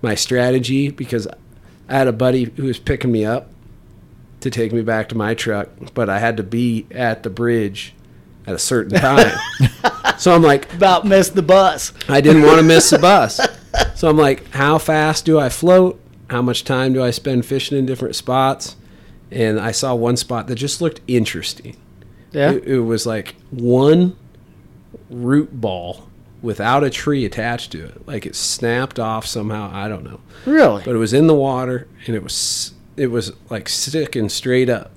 Speaker 1: my strategy because I had a buddy who was picking me up to take me back to my truck, but I had to be at the bridge at a certain time. so I'm like,
Speaker 2: About missed the bus.
Speaker 1: I didn't want to miss the bus. So I'm like, how fast do I float? How much time do I spend fishing in different spots? And I saw one spot that just looked interesting.
Speaker 2: Yeah.
Speaker 1: It, it was like one root ball without a tree attached to it. Like it snapped off somehow. I don't know.
Speaker 2: really?
Speaker 1: But it was in the water and it was it was like sticking straight up.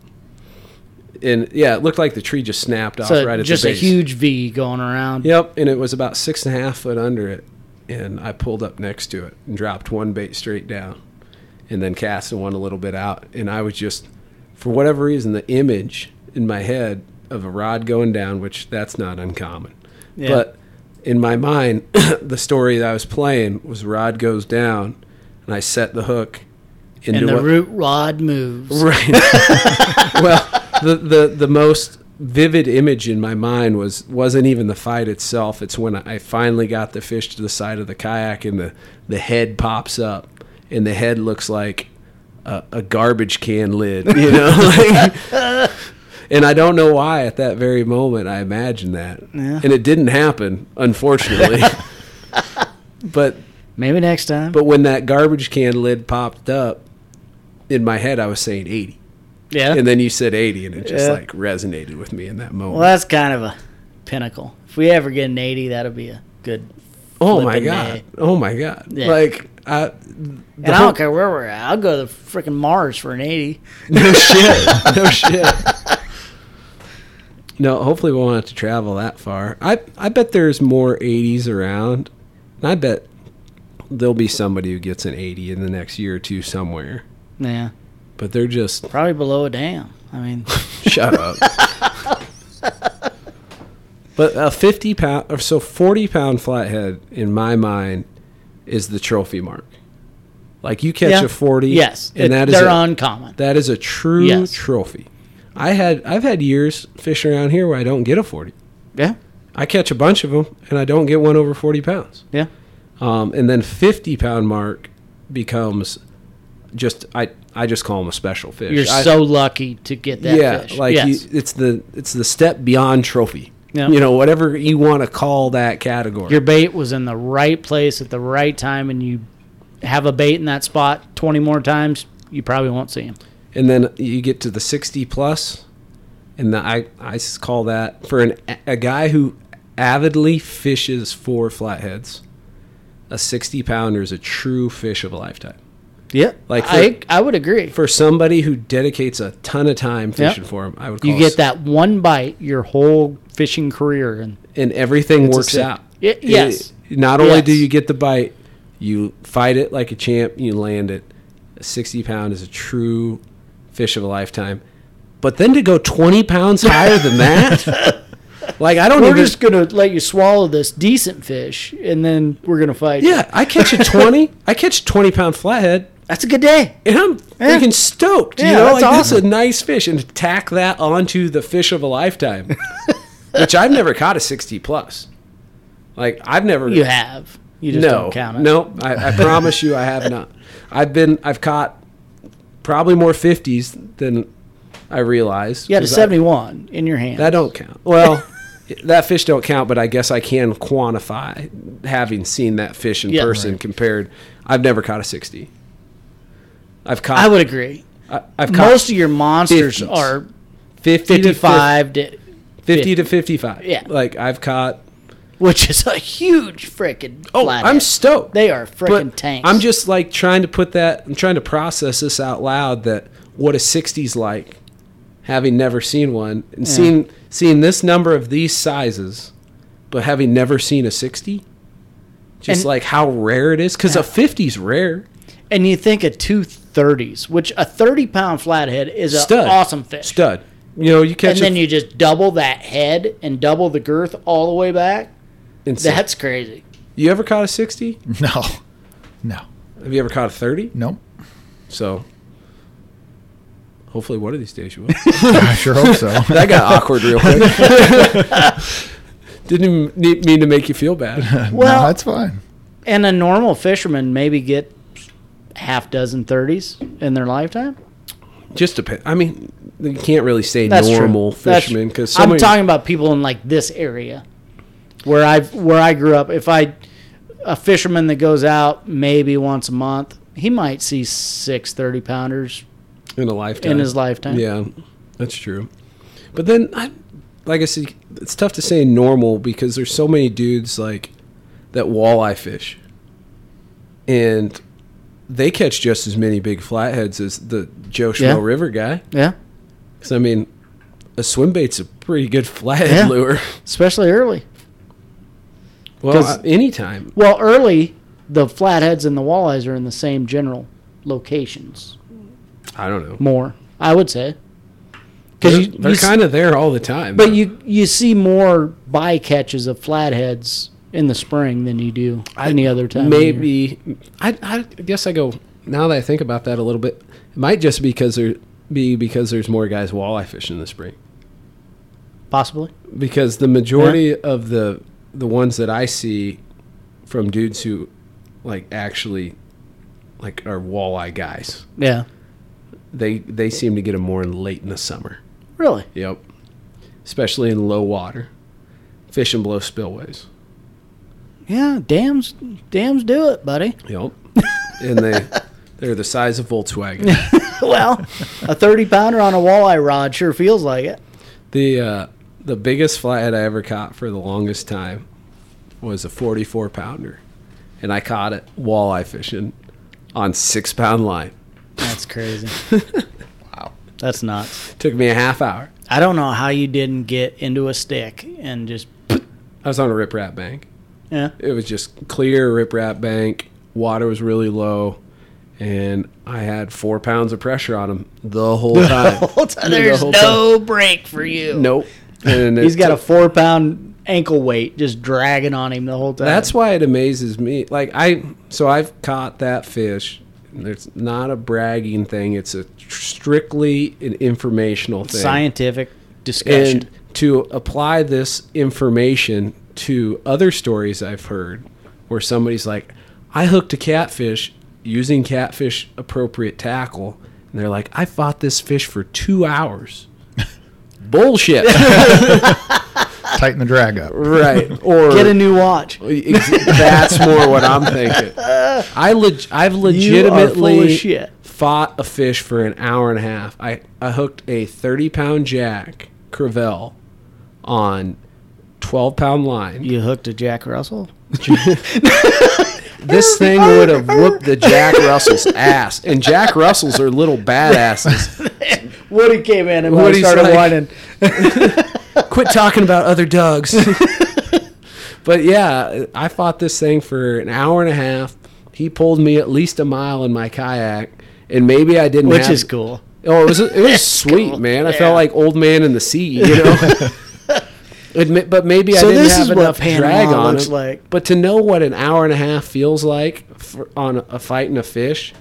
Speaker 1: And yeah, it looked like the tree just snapped off
Speaker 2: so
Speaker 1: right at
Speaker 2: just
Speaker 1: the
Speaker 2: a
Speaker 1: base.
Speaker 2: huge V going around.
Speaker 1: Yep, and it was about six and a half foot under it, and I pulled up next to it and dropped one bait straight down, and then casted one a little bit out, and I was just, for whatever reason, the image in my head of a rod going down, which that's not uncommon,
Speaker 2: Yeah.
Speaker 1: but in my mind, the story that I was playing was rod goes down, and I set the hook into
Speaker 2: and the
Speaker 1: what-
Speaker 2: root rod moves.
Speaker 1: Right. well, the, the the most vivid image in my mind was wasn't even the fight itself. It's when I finally got the fish to the side of the kayak and the the head pops up and the head looks like a, a garbage can lid, you know. like- and I don't know why at that very moment I imagined that,
Speaker 2: Yeah.
Speaker 1: and it didn't happen, unfortunately. but
Speaker 2: Maybe next time.
Speaker 1: but when that garbage can lid popped up in my head, I was saying eighty
Speaker 2: yeah.
Speaker 1: and then you said 80 and it just
Speaker 2: Yeah.
Speaker 1: like resonated with me in that moment
Speaker 2: well, that's kind of a pinnacle. If we ever get an 80, that'll be a good.
Speaker 1: oh my
Speaker 2: flipping
Speaker 1: god
Speaker 2: A.
Speaker 1: oh my god
Speaker 2: Yeah.
Speaker 1: like i
Speaker 2: And I don't care where we're at. I'll go to freaking Mars for an 80.
Speaker 1: no shit no shit no hopefully we won't have to travel that far i i bet there's more 80s around and i bet there'll be somebody who gets an 80 in the next year or two somewhere
Speaker 2: Yeah.
Speaker 1: but they're just
Speaker 2: Probably below a dam. I mean,
Speaker 1: Shut up. but a 50 pound, or so 40 pound flathead in my mind is the trophy mark. Like you catch
Speaker 2: Yeah.
Speaker 1: a 40,
Speaker 2: Yes,
Speaker 1: and
Speaker 2: It-
Speaker 1: that is
Speaker 2: they're
Speaker 1: a-
Speaker 2: uncommon.
Speaker 1: That is a true
Speaker 2: Yes.
Speaker 1: trophy. I had I've had years fishing around here where I don't get a 40.
Speaker 2: yeah,
Speaker 1: I catch a bunch of them and I don't get one over 40 pounds.
Speaker 2: yeah,
Speaker 1: Um, and then 50 pound mark becomes just I I just call them a special fish.
Speaker 2: you're
Speaker 1: I-
Speaker 2: so lucky to get that
Speaker 1: yeah,
Speaker 2: fish.
Speaker 1: like
Speaker 2: yes.
Speaker 1: you, it's the it's the step beyond trophy.
Speaker 2: Yeah.
Speaker 1: You know, whatever you want to call that category.
Speaker 2: your bait was in the right place at the right time, and you have a bait in that spot twenty more times, you probably won't see him.
Speaker 1: and then you get to the 60 plus and the, I, I s- call that for an a guy who avidly fishes for flatheads a 60 pounder is a true fish of a lifetime
Speaker 2: Yep.
Speaker 1: Like
Speaker 2: I,
Speaker 1: for-
Speaker 2: I would agree.
Speaker 1: for somebody who dedicates a ton of time
Speaker 2: Yep.
Speaker 1: fishing for 'em, for them i would call
Speaker 2: you
Speaker 1: s-
Speaker 2: get that one bite your whole fishing career, and
Speaker 1: and everything
Speaker 2: It's a
Speaker 1: works
Speaker 2: sick-
Speaker 1: out
Speaker 2: Y- yes.
Speaker 1: It- not only do
Speaker 2: Yes.
Speaker 1: you get the bite you fight it like a champ you land it a 60 pound is a true fish of a lifetime but then to go 20 pounds higher than that like i don't
Speaker 2: we're
Speaker 1: even
Speaker 2: just gonna let you swallow this decent fish, and then we're gonna fight. you.
Speaker 1: yeah i catch a 20 i catch a 20 pound flathead
Speaker 2: that's a good day.
Speaker 1: and i'm freaking stoked you
Speaker 2: Yeah,
Speaker 1: know
Speaker 2: that's
Speaker 1: like that's a nice fish and to tack that onto the fish of a lifetime which i've never caught a 60 plus like i've never
Speaker 2: You have. You just
Speaker 1: no,
Speaker 2: don't count it.
Speaker 1: No, I, I promise you, I have not. I've been, I've caught probably more fifties than I realized.
Speaker 2: You had a
Speaker 1: 'cause I-
Speaker 2: 71 in your hand.
Speaker 1: that don't count. Well, that fish don't count, but I guess I can quantify having seen that fish in
Speaker 2: Yeah.
Speaker 1: person. Compared, I've never caught a sixty. I've caught.
Speaker 2: I would agree.
Speaker 1: I, have caught
Speaker 2: Most of your monsters
Speaker 1: 50s.
Speaker 2: are
Speaker 1: 50 to
Speaker 2: 55, to,
Speaker 1: 50 to fifty-five.
Speaker 2: Yeah.
Speaker 1: like I've caught.
Speaker 2: which is a huge freaking.
Speaker 1: Oh, I'm stoked.
Speaker 2: They are freaking
Speaker 1: But
Speaker 2: tanks.
Speaker 1: I'm just like trying to put that. I'm trying to process this out loud. That what a '60s like, having never seen one and seeing seeing this number of these sizes, but having never seen a '60. Just
Speaker 2: And-
Speaker 1: like how rare it is, because a '50's rare.
Speaker 2: and you think of two 30s, which a 30 pound flathead is an
Speaker 1: Stud,
Speaker 2: awesome fish.
Speaker 1: Stud. You know, you catch
Speaker 2: And
Speaker 1: it.
Speaker 2: then you just double that head and double the girth all the way back. That's crazy.
Speaker 1: you ever caught a '60?
Speaker 3: No, no,
Speaker 1: Have you ever caught a '30?
Speaker 3: no.
Speaker 1: So, hopefully, one of these days you will.
Speaker 3: I sure hope so.
Speaker 1: That got awkward real quick. Didn't even ne- mean to make you feel bad.
Speaker 2: Well-
Speaker 3: no, that's fine.
Speaker 2: And a normal fisherman maybe get half dozen 30s in their lifetime.
Speaker 1: Just depend. I mean, you can't really say
Speaker 2: That's
Speaker 1: normal
Speaker 2: true. That's
Speaker 1: fishermen
Speaker 2: true.
Speaker 1: because so
Speaker 2: I'm
Speaker 1: many-
Speaker 2: talking about people in like this area where I've where I grew up. If I a fisherman that goes out maybe once a month, he might see six 30 pounders.
Speaker 1: in a lifetime.
Speaker 2: in his lifetime.
Speaker 1: Yeah, that's true. But then, I, like I said, it's tough to say normal because there's so many dudes like that walleye fish, and they catch just as many big flatheads as the Joe Schmo
Speaker 2: Yeah.
Speaker 1: River guy.
Speaker 2: Yeah.
Speaker 1: Because I mean, a swim bait's a pretty good flathead
Speaker 2: Yeah.
Speaker 1: lure.
Speaker 2: Especially early.
Speaker 1: Well,
Speaker 2: 'Cause-
Speaker 1: uh, anytime.
Speaker 2: Well, early the flatheads and the walleyes are in the same general locations
Speaker 1: I don't know.
Speaker 2: more, I would say.
Speaker 1: They're,
Speaker 2: Because you,
Speaker 1: they're
Speaker 2: you s-
Speaker 1: kind of there all the time.
Speaker 2: but you you see more bycatches of flatheads in the spring than you do any other time. of year.
Speaker 1: maybe I, I guess I go now that I think about that a little bit. It might just because there be because there's more guys walleye fishing in the spring
Speaker 2: possibly.
Speaker 1: because the majority of the the ones that I see from dudes who like actually like are walleye guys.
Speaker 2: Yeah.
Speaker 1: They they seem to get them more in late in the summer.
Speaker 2: Really?
Speaker 1: Yep. Especially in low water. Fishing below spillways.
Speaker 2: Yeah, dams dams do it, buddy.
Speaker 1: Yep. and they they're the size of Volkswagen.
Speaker 2: well, a thirty pounder on a walleye rod sure feels like it.
Speaker 1: the uh, the biggest flathead I ever caught for the longest time was a 44 pounder, and I caught it walleye fishing on six pound line.
Speaker 2: That's crazy. wow. That's nuts.
Speaker 1: took me a half hour.
Speaker 2: I don't know how you didn't get into a stick and just
Speaker 1: I was on a riprap bank.
Speaker 2: yeah.
Speaker 1: It was just clear riprap bank. Water was really low, and I had four pounds of pressure on him the whole time.
Speaker 2: There's
Speaker 1: whole
Speaker 2: no break for you.
Speaker 1: nope. And it
Speaker 2: He's got a
Speaker 1: took-
Speaker 2: four pound ankle weight just dragging on him the whole time.
Speaker 1: That's why it amazes me. Like I, so I've caught that fish It's not a bragging thing. It's a strictly an informational thing.
Speaker 2: Scientific discussion.
Speaker 1: and to apply this information to other stories I've heard where somebody's like, I hooked a catfish using catfish appropriate tackle. And they're like, I fought this fish for two hours. Bullshit.
Speaker 3: Tighten the drag up.
Speaker 1: right. Or
Speaker 2: Get a new watch.
Speaker 1: Ex- That's more what I'm thinking. I leg- I've
Speaker 2: full of
Speaker 1: legitimately
Speaker 2: shit.
Speaker 1: fought a fish for an hour and a half. I, I hooked a 30 pound jack crevel on 12 pound line.
Speaker 2: You hooked a Jack Russell?
Speaker 1: This thing would have whooped the Jack Russell's ass. And Jack Russells are little badasses.
Speaker 2: Woody came in and
Speaker 1: Woody
Speaker 2: Woody started
Speaker 1: like-
Speaker 2: whining.
Speaker 1: Quit talking about other dogs. but yeah, I fought this thing for an hour and a half. He pulled me at least a mile in my kayak. And maybe I didn't
Speaker 2: Which
Speaker 1: have-
Speaker 2: is cool.
Speaker 1: Oh, it was it was sweet, man. I felt like old man in the sea, you know. Admit, but maybe I
Speaker 2: So
Speaker 1: didn't
Speaker 2: this
Speaker 1: have
Speaker 2: is what
Speaker 1: enough
Speaker 2: Panama
Speaker 1: drag on
Speaker 2: looks
Speaker 1: it.
Speaker 2: like.
Speaker 1: But to know what an hour and a half feels like for, on a fight and a fish,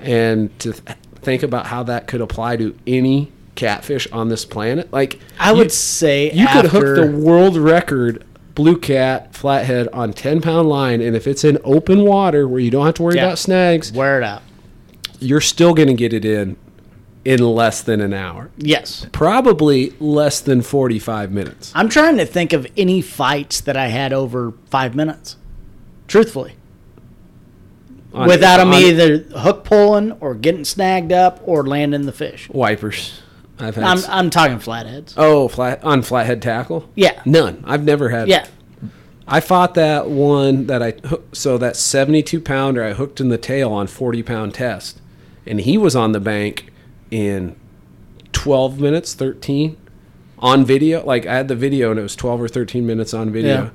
Speaker 1: and to th- think about how that could apply to any catfish on this planet, like
Speaker 2: I
Speaker 1: you-
Speaker 2: would say
Speaker 1: you could hook
Speaker 2: after-
Speaker 1: the world record blue cat flathead on ten pound line, and if it's in open water where you don't have to worry
Speaker 2: Yeah.
Speaker 1: about snags,
Speaker 2: Wear it out.
Speaker 1: you're still going to get it in in less than an hour
Speaker 2: Yes.
Speaker 1: probably less than 45 minutes.
Speaker 2: I'm trying to think of any fights that I had over five minutes. Truthfully.
Speaker 1: on-
Speaker 2: Without them
Speaker 1: on
Speaker 2: either hook pulling or getting snagged up or landing the fish.
Speaker 1: wipers. I've had
Speaker 2: I'm,
Speaker 1: s-
Speaker 2: I'm talking flatheads.
Speaker 1: Oh, flat on flathead tackle?
Speaker 2: Yeah.
Speaker 1: None. I've never had
Speaker 2: Yeah.
Speaker 1: I fought that one that I hoo- so that 72 pounder I hooked in the tail on 40 pound test and he was on the bank in 12 minutes 13 on video like I had the video and it was 12 or 13 minutes on video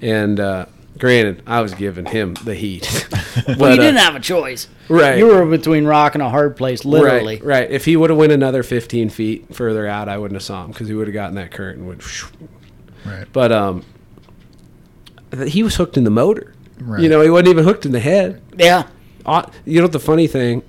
Speaker 1: and uh granted I was giving him the heat
Speaker 2: Well, you
Speaker 1: But, uh,
Speaker 2: didn't have a choice.
Speaker 1: right
Speaker 2: You were between rock and a hard place, literally.
Speaker 1: Right, right. If he would have went another 15 feet further out, I wouldn't have saw him because he would have gotten that current. And went,
Speaker 3: Right.
Speaker 1: But um, th- he was hooked in the motor. You
Speaker 3: Right.
Speaker 1: know, he wasn't even hooked in the head.
Speaker 2: Yeah.
Speaker 1: Uh, You know what the funny thing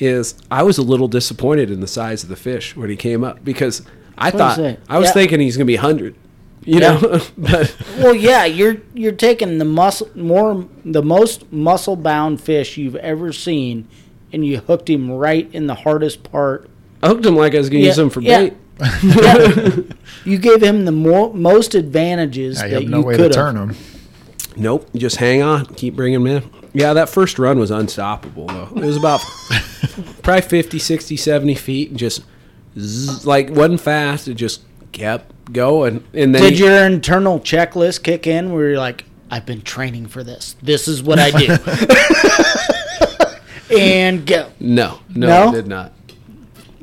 Speaker 1: is? I was a little disappointed in the size of the fish when he came up because I
Speaker 2: What is
Speaker 1: thought
Speaker 2: that?
Speaker 1: I was
Speaker 2: Yeah.
Speaker 1: thinking he's gonna be hundred. You
Speaker 2: Yeah.
Speaker 1: know, but
Speaker 2: Well, yeah, you're you're taking the muscle more the most muscle bound fish you've ever seen, and you hooked him right in the hardest part.
Speaker 1: I hooked him like I was gonna
Speaker 2: Yeah,
Speaker 1: use him for
Speaker 2: yeah.
Speaker 1: bait.
Speaker 2: You gave him the mo- most advantages
Speaker 3: I
Speaker 2: that
Speaker 3: have
Speaker 2: you
Speaker 3: no way to
Speaker 2: could
Speaker 3: turn
Speaker 2: have.
Speaker 3: them.
Speaker 1: Nope, just hang on, keep bringing them in. Yeah, that first run was unstoppable though. It was about probably 50, 60, 70 feet and just zzz, like wasn't fast, it just kept going. And then
Speaker 2: Did
Speaker 1: he-
Speaker 2: your internal checklist kick in where you're like, I've been training for this. This is what I do. and go.
Speaker 1: no, no,
Speaker 2: No?
Speaker 1: it did not.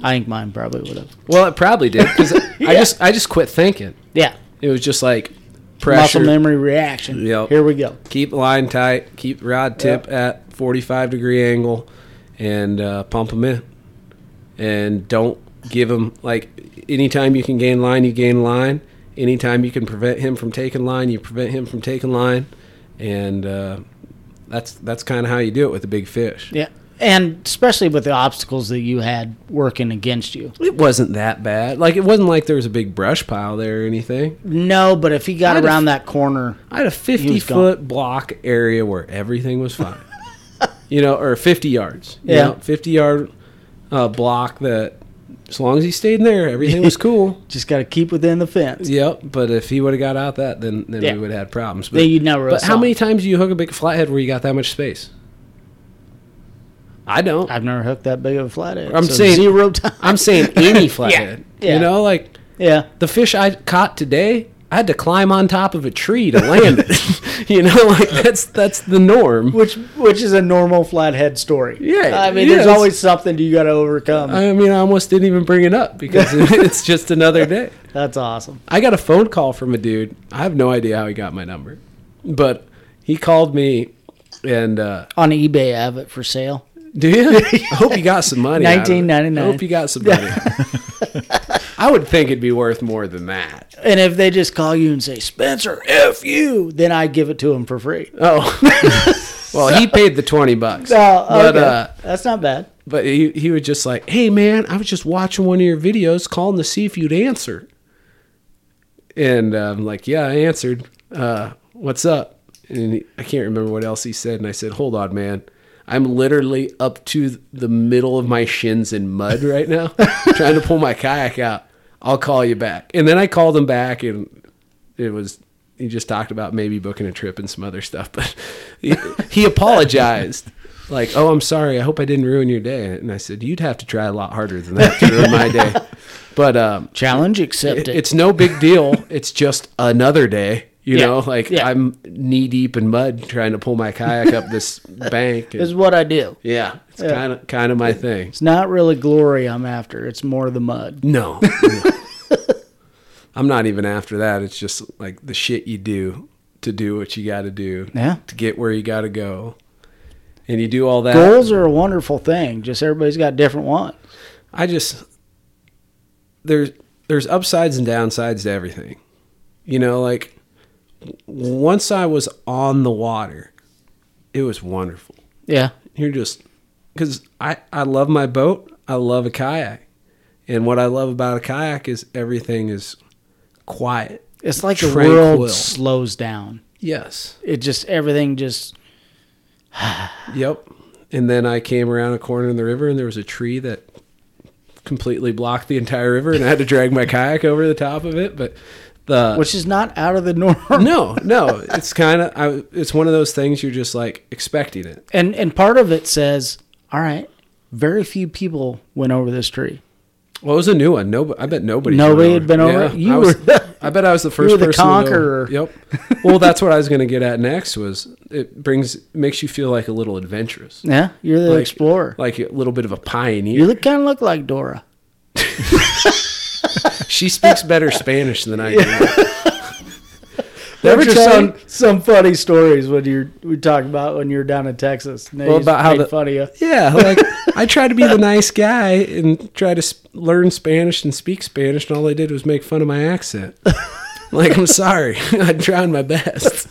Speaker 2: I think mine probably would have.
Speaker 1: Well, it probably did cuz I just I just quit thinking.
Speaker 2: Yeah.
Speaker 1: It was just like pressure.
Speaker 2: Muscle memory reaction.
Speaker 1: Yep.
Speaker 2: Here we go.
Speaker 1: keep line tight, keep rod tip at 45 degree angle, and uh, pump them in. And don't give him, like, anytime you can gain line, you gain line. Anytime you can prevent him from taking line, you prevent him from taking line. And uh, that's that's kind of how you do it with a big fish.
Speaker 2: Yeah. And especially with the obstacles that you had working against you.
Speaker 1: It wasn't that bad. Like, it wasn't like there was a big brush pile there or anything.
Speaker 2: No, but if he got
Speaker 1: I'd
Speaker 2: around that corner,
Speaker 1: I had a 50
Speaker 2: was gone.
Speaker 1: foot block area where everything was fine. you know, or 50 yards. you
Speaker 2: Yeah.
Speaker 1: know, 50 yard uh, block that as long as he stayed in there, everything was cool.
Speaker 2: just got to keep within the fence.
Speaker 1: Yep. But if he would have got out that, then, then
Speaker 2: Yeah.
Speaker 1: we would have had problems. But,
Speaker 2: Then you'd never
Speaker 1: but
Speaker 2: have
Speaker 1: how
Speaker 2: saw
Speaker 1: many
Speaker 2: him.
Speaker 1: times do you hook a big flathead where you got that much space? I don't.
Speaker 2: I've never hooked that big of a flathead.
Speaker 1: I'm
Speaker 2: so
Speaker 1: saying-
Speaker 2: zero times.
Speaker 1: I'm saying any flathead.
Speaker 2: yeah.
Speaker 1: You know, like
Speaker 2: yeah.
Speaker 1: the fish I caught today, I had to climb on top of a tree to land it. you know, like that's that's the norm.
Speaker 2: Which which is a normal flathead story.
Speaker 1: Yeah, Uh,
Speaker 2: I mean,
Speaker 1: yeah,
Speaker 2: there's
Speaker 1: it's-
Speaker 2: always something you got to overcome.
Speaker 1: I mean, I almost didn't even bring it up because it's just another day.
Speaker 2: That's awesome.
Speaker 1: I got a phone call from a dude. I have no idea how he got my number, but he called me and, uh,
Speaker 2: On eBay, I have it for sale.
Speaker 1: do you? I hope you got some money. out of it.
Speaker 2: 1999.
Speaker 1: I hope you got some money. I would think it'd be worth more than that.
Speaker 2: And if they just call you and say Spencer, f you, then I give it to them for free.
Speaker 1: Oh, Well, he paid the twenty bucks.
Speaker 2: Oh,
Speaker 1: but
Speaker 2: okay.
Speaker 1: uh,
Speaker 2: That's not bad.
Speaker 1: but he he was just like, "Hey man, I was just watching one of your videos, calling to see if you'd answer." And uh, I'm like, "Yeah, I answered. Uh, what's up?" And he, I can't remember what else he said. And I said, "Hold on, man." I'm literally up to the middle of my shins in mud right now, trying to pull my kayak out. I'll call you back. And then I called him back, and it was he just talked about maybe booking a trip and some other stuff, but he, he apologized. Like, oh, I'm sorry. I hope I didn't ruin your day. And I said, you'd have to try a lot harder than that to ruin my day. But um,
Speaker 2: Challenge accepted.
Speaker 1: it- it's no big deal. It's just another day. You
Speaker 2: Yeah.
Speaker 1: know, like
Speaker 2: Yeah.
Speaker 1: I'm knee deep in mud trying to pull my kayak up this bank. and-
Speaker 2: is what I do.
Speaker 1: yeah, it's kind of kind of my thing.
Speaker 2: It's not really glory I'm after. It's more the mud.
Speaker 1: No. I'm not even after that. It's just like the shit you do to do what you got to do
Speaker 2: Yeah.
Speaker 1: to get where you got to go. And you do all that.
Speaker 2: Goals are a wonderful thing. Just everybody's got different ones.
Speaker 1: I just there's there's upsides and downsides to everything. You know, like w- once I was on the water, it was wonderful.
Speaker 2: Yeah.
Speaker 1: you're just because I, I love my boat i love a kayak and what i love about a kayak is everything is quiet
Speaker 2: It's like the
Speaker 1: Tranquil.
Speaker 2: world slows down.
Speaker 1: yes
Speaker 2: It just everything just
Speaker 1: yep and then i came around a corner in the river and there was a tree that completely blocked the entire river and i had to drag my kayak over the top of it but the
Speaker 2: which is not out of the norm.
Speaker 1: no no it's kind of it's one of those things you're just like expecting it
Speaker 2: And and part of it says, all right, very few people went over this tree.
Speaker 1: well it was a new one no i bet nobody
Speaker 2: Nobody had been over it?
Speaker 1: you
Speaker 2: You
Speaker 1: I, was,
Speaker 2: were-
Speaker 1: I bet i was the first
Speaker 2: were the
Speaker 1: person to know.
Speaker 2: conqueror.
Speaker 1: yep well that's what i was going to get at next was it brings makes you feel like a little adventurous
Speaker 2: Yeah, you're the
Speaker 1: Like-
Speaker 2: explorer.
Speaker 1: like a little bit of a
Speaker 2: you
Speaker 1: pioneer
Speaker 2: look kind of look like Dora.
Speaker 1: she speaks better spanish than i do
Speaker 2: There
Speaker 1: Never
Speaker 2: were
Speaker 1: telling-
Speaker 2: some some funny stories when you're we talk about when you're down in Texas. And they
Speaker 1: Well,
Speaker 2: used
Speaker 1: about
Speaker 2: to
Speaker 1: how
Speaker 2: make
Speaker 1: the-
Speaker 2: fun of you.
Speaker 1: yeah like i try to be the nice guy and try to sp- learn spanish and speak spanish and all they did was make fun of my accent like i'm sorry i'm trying my best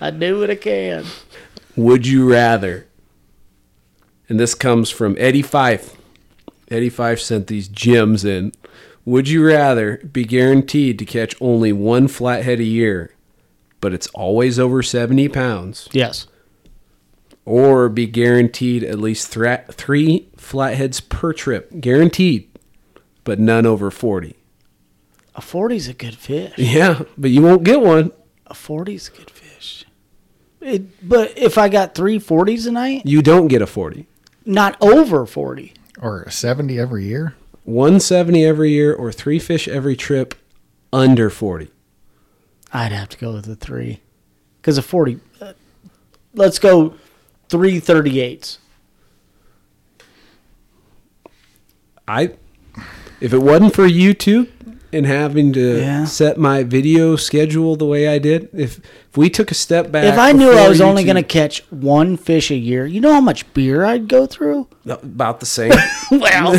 Speaker 2: I do what I can.
Speaker 1: Would you rather? And this comes from Eddie Fife. Eddie Fife sent these gems in. Would you rather be guaranteed to catch only one flathead a year, but it's always over 70 pounds,
Speaker 2: Yes.
Speaker 1: or be guaranteed at least thra- three flatheads per trip? Guaranteed, but none over 40.
Speaker 2: A 40's a good fish.
Speaker 1: Yeah, but you won't get one.
Speaker 2: A 40's a good fish. It, but if I got three 40s a night,
Speaker 1: You don't get a 40.
Speaker 2: not over 40.
Speaker 3: Or 70 every year?
Speaker 1: 170 every year, or three fish every trip under 40.
Speaker 2: I'd have to go with a three. Because a 40, uh, let's go three 38s.
Speaker 1: I if it wasn't for YouTube and having to
Speaker 2: Yeah.
Speaker 1: set my video schedule the way I did, if if we took a step back,
Speaker 2: If I knew I
Speaker 1: before
Speaker 2: was only
Speaker 1: YouTube-
Speaker 2: going to catch one fish a year, you know how much beer I'd go through?
Speaker 1: about the same,
Speaker 2: Well,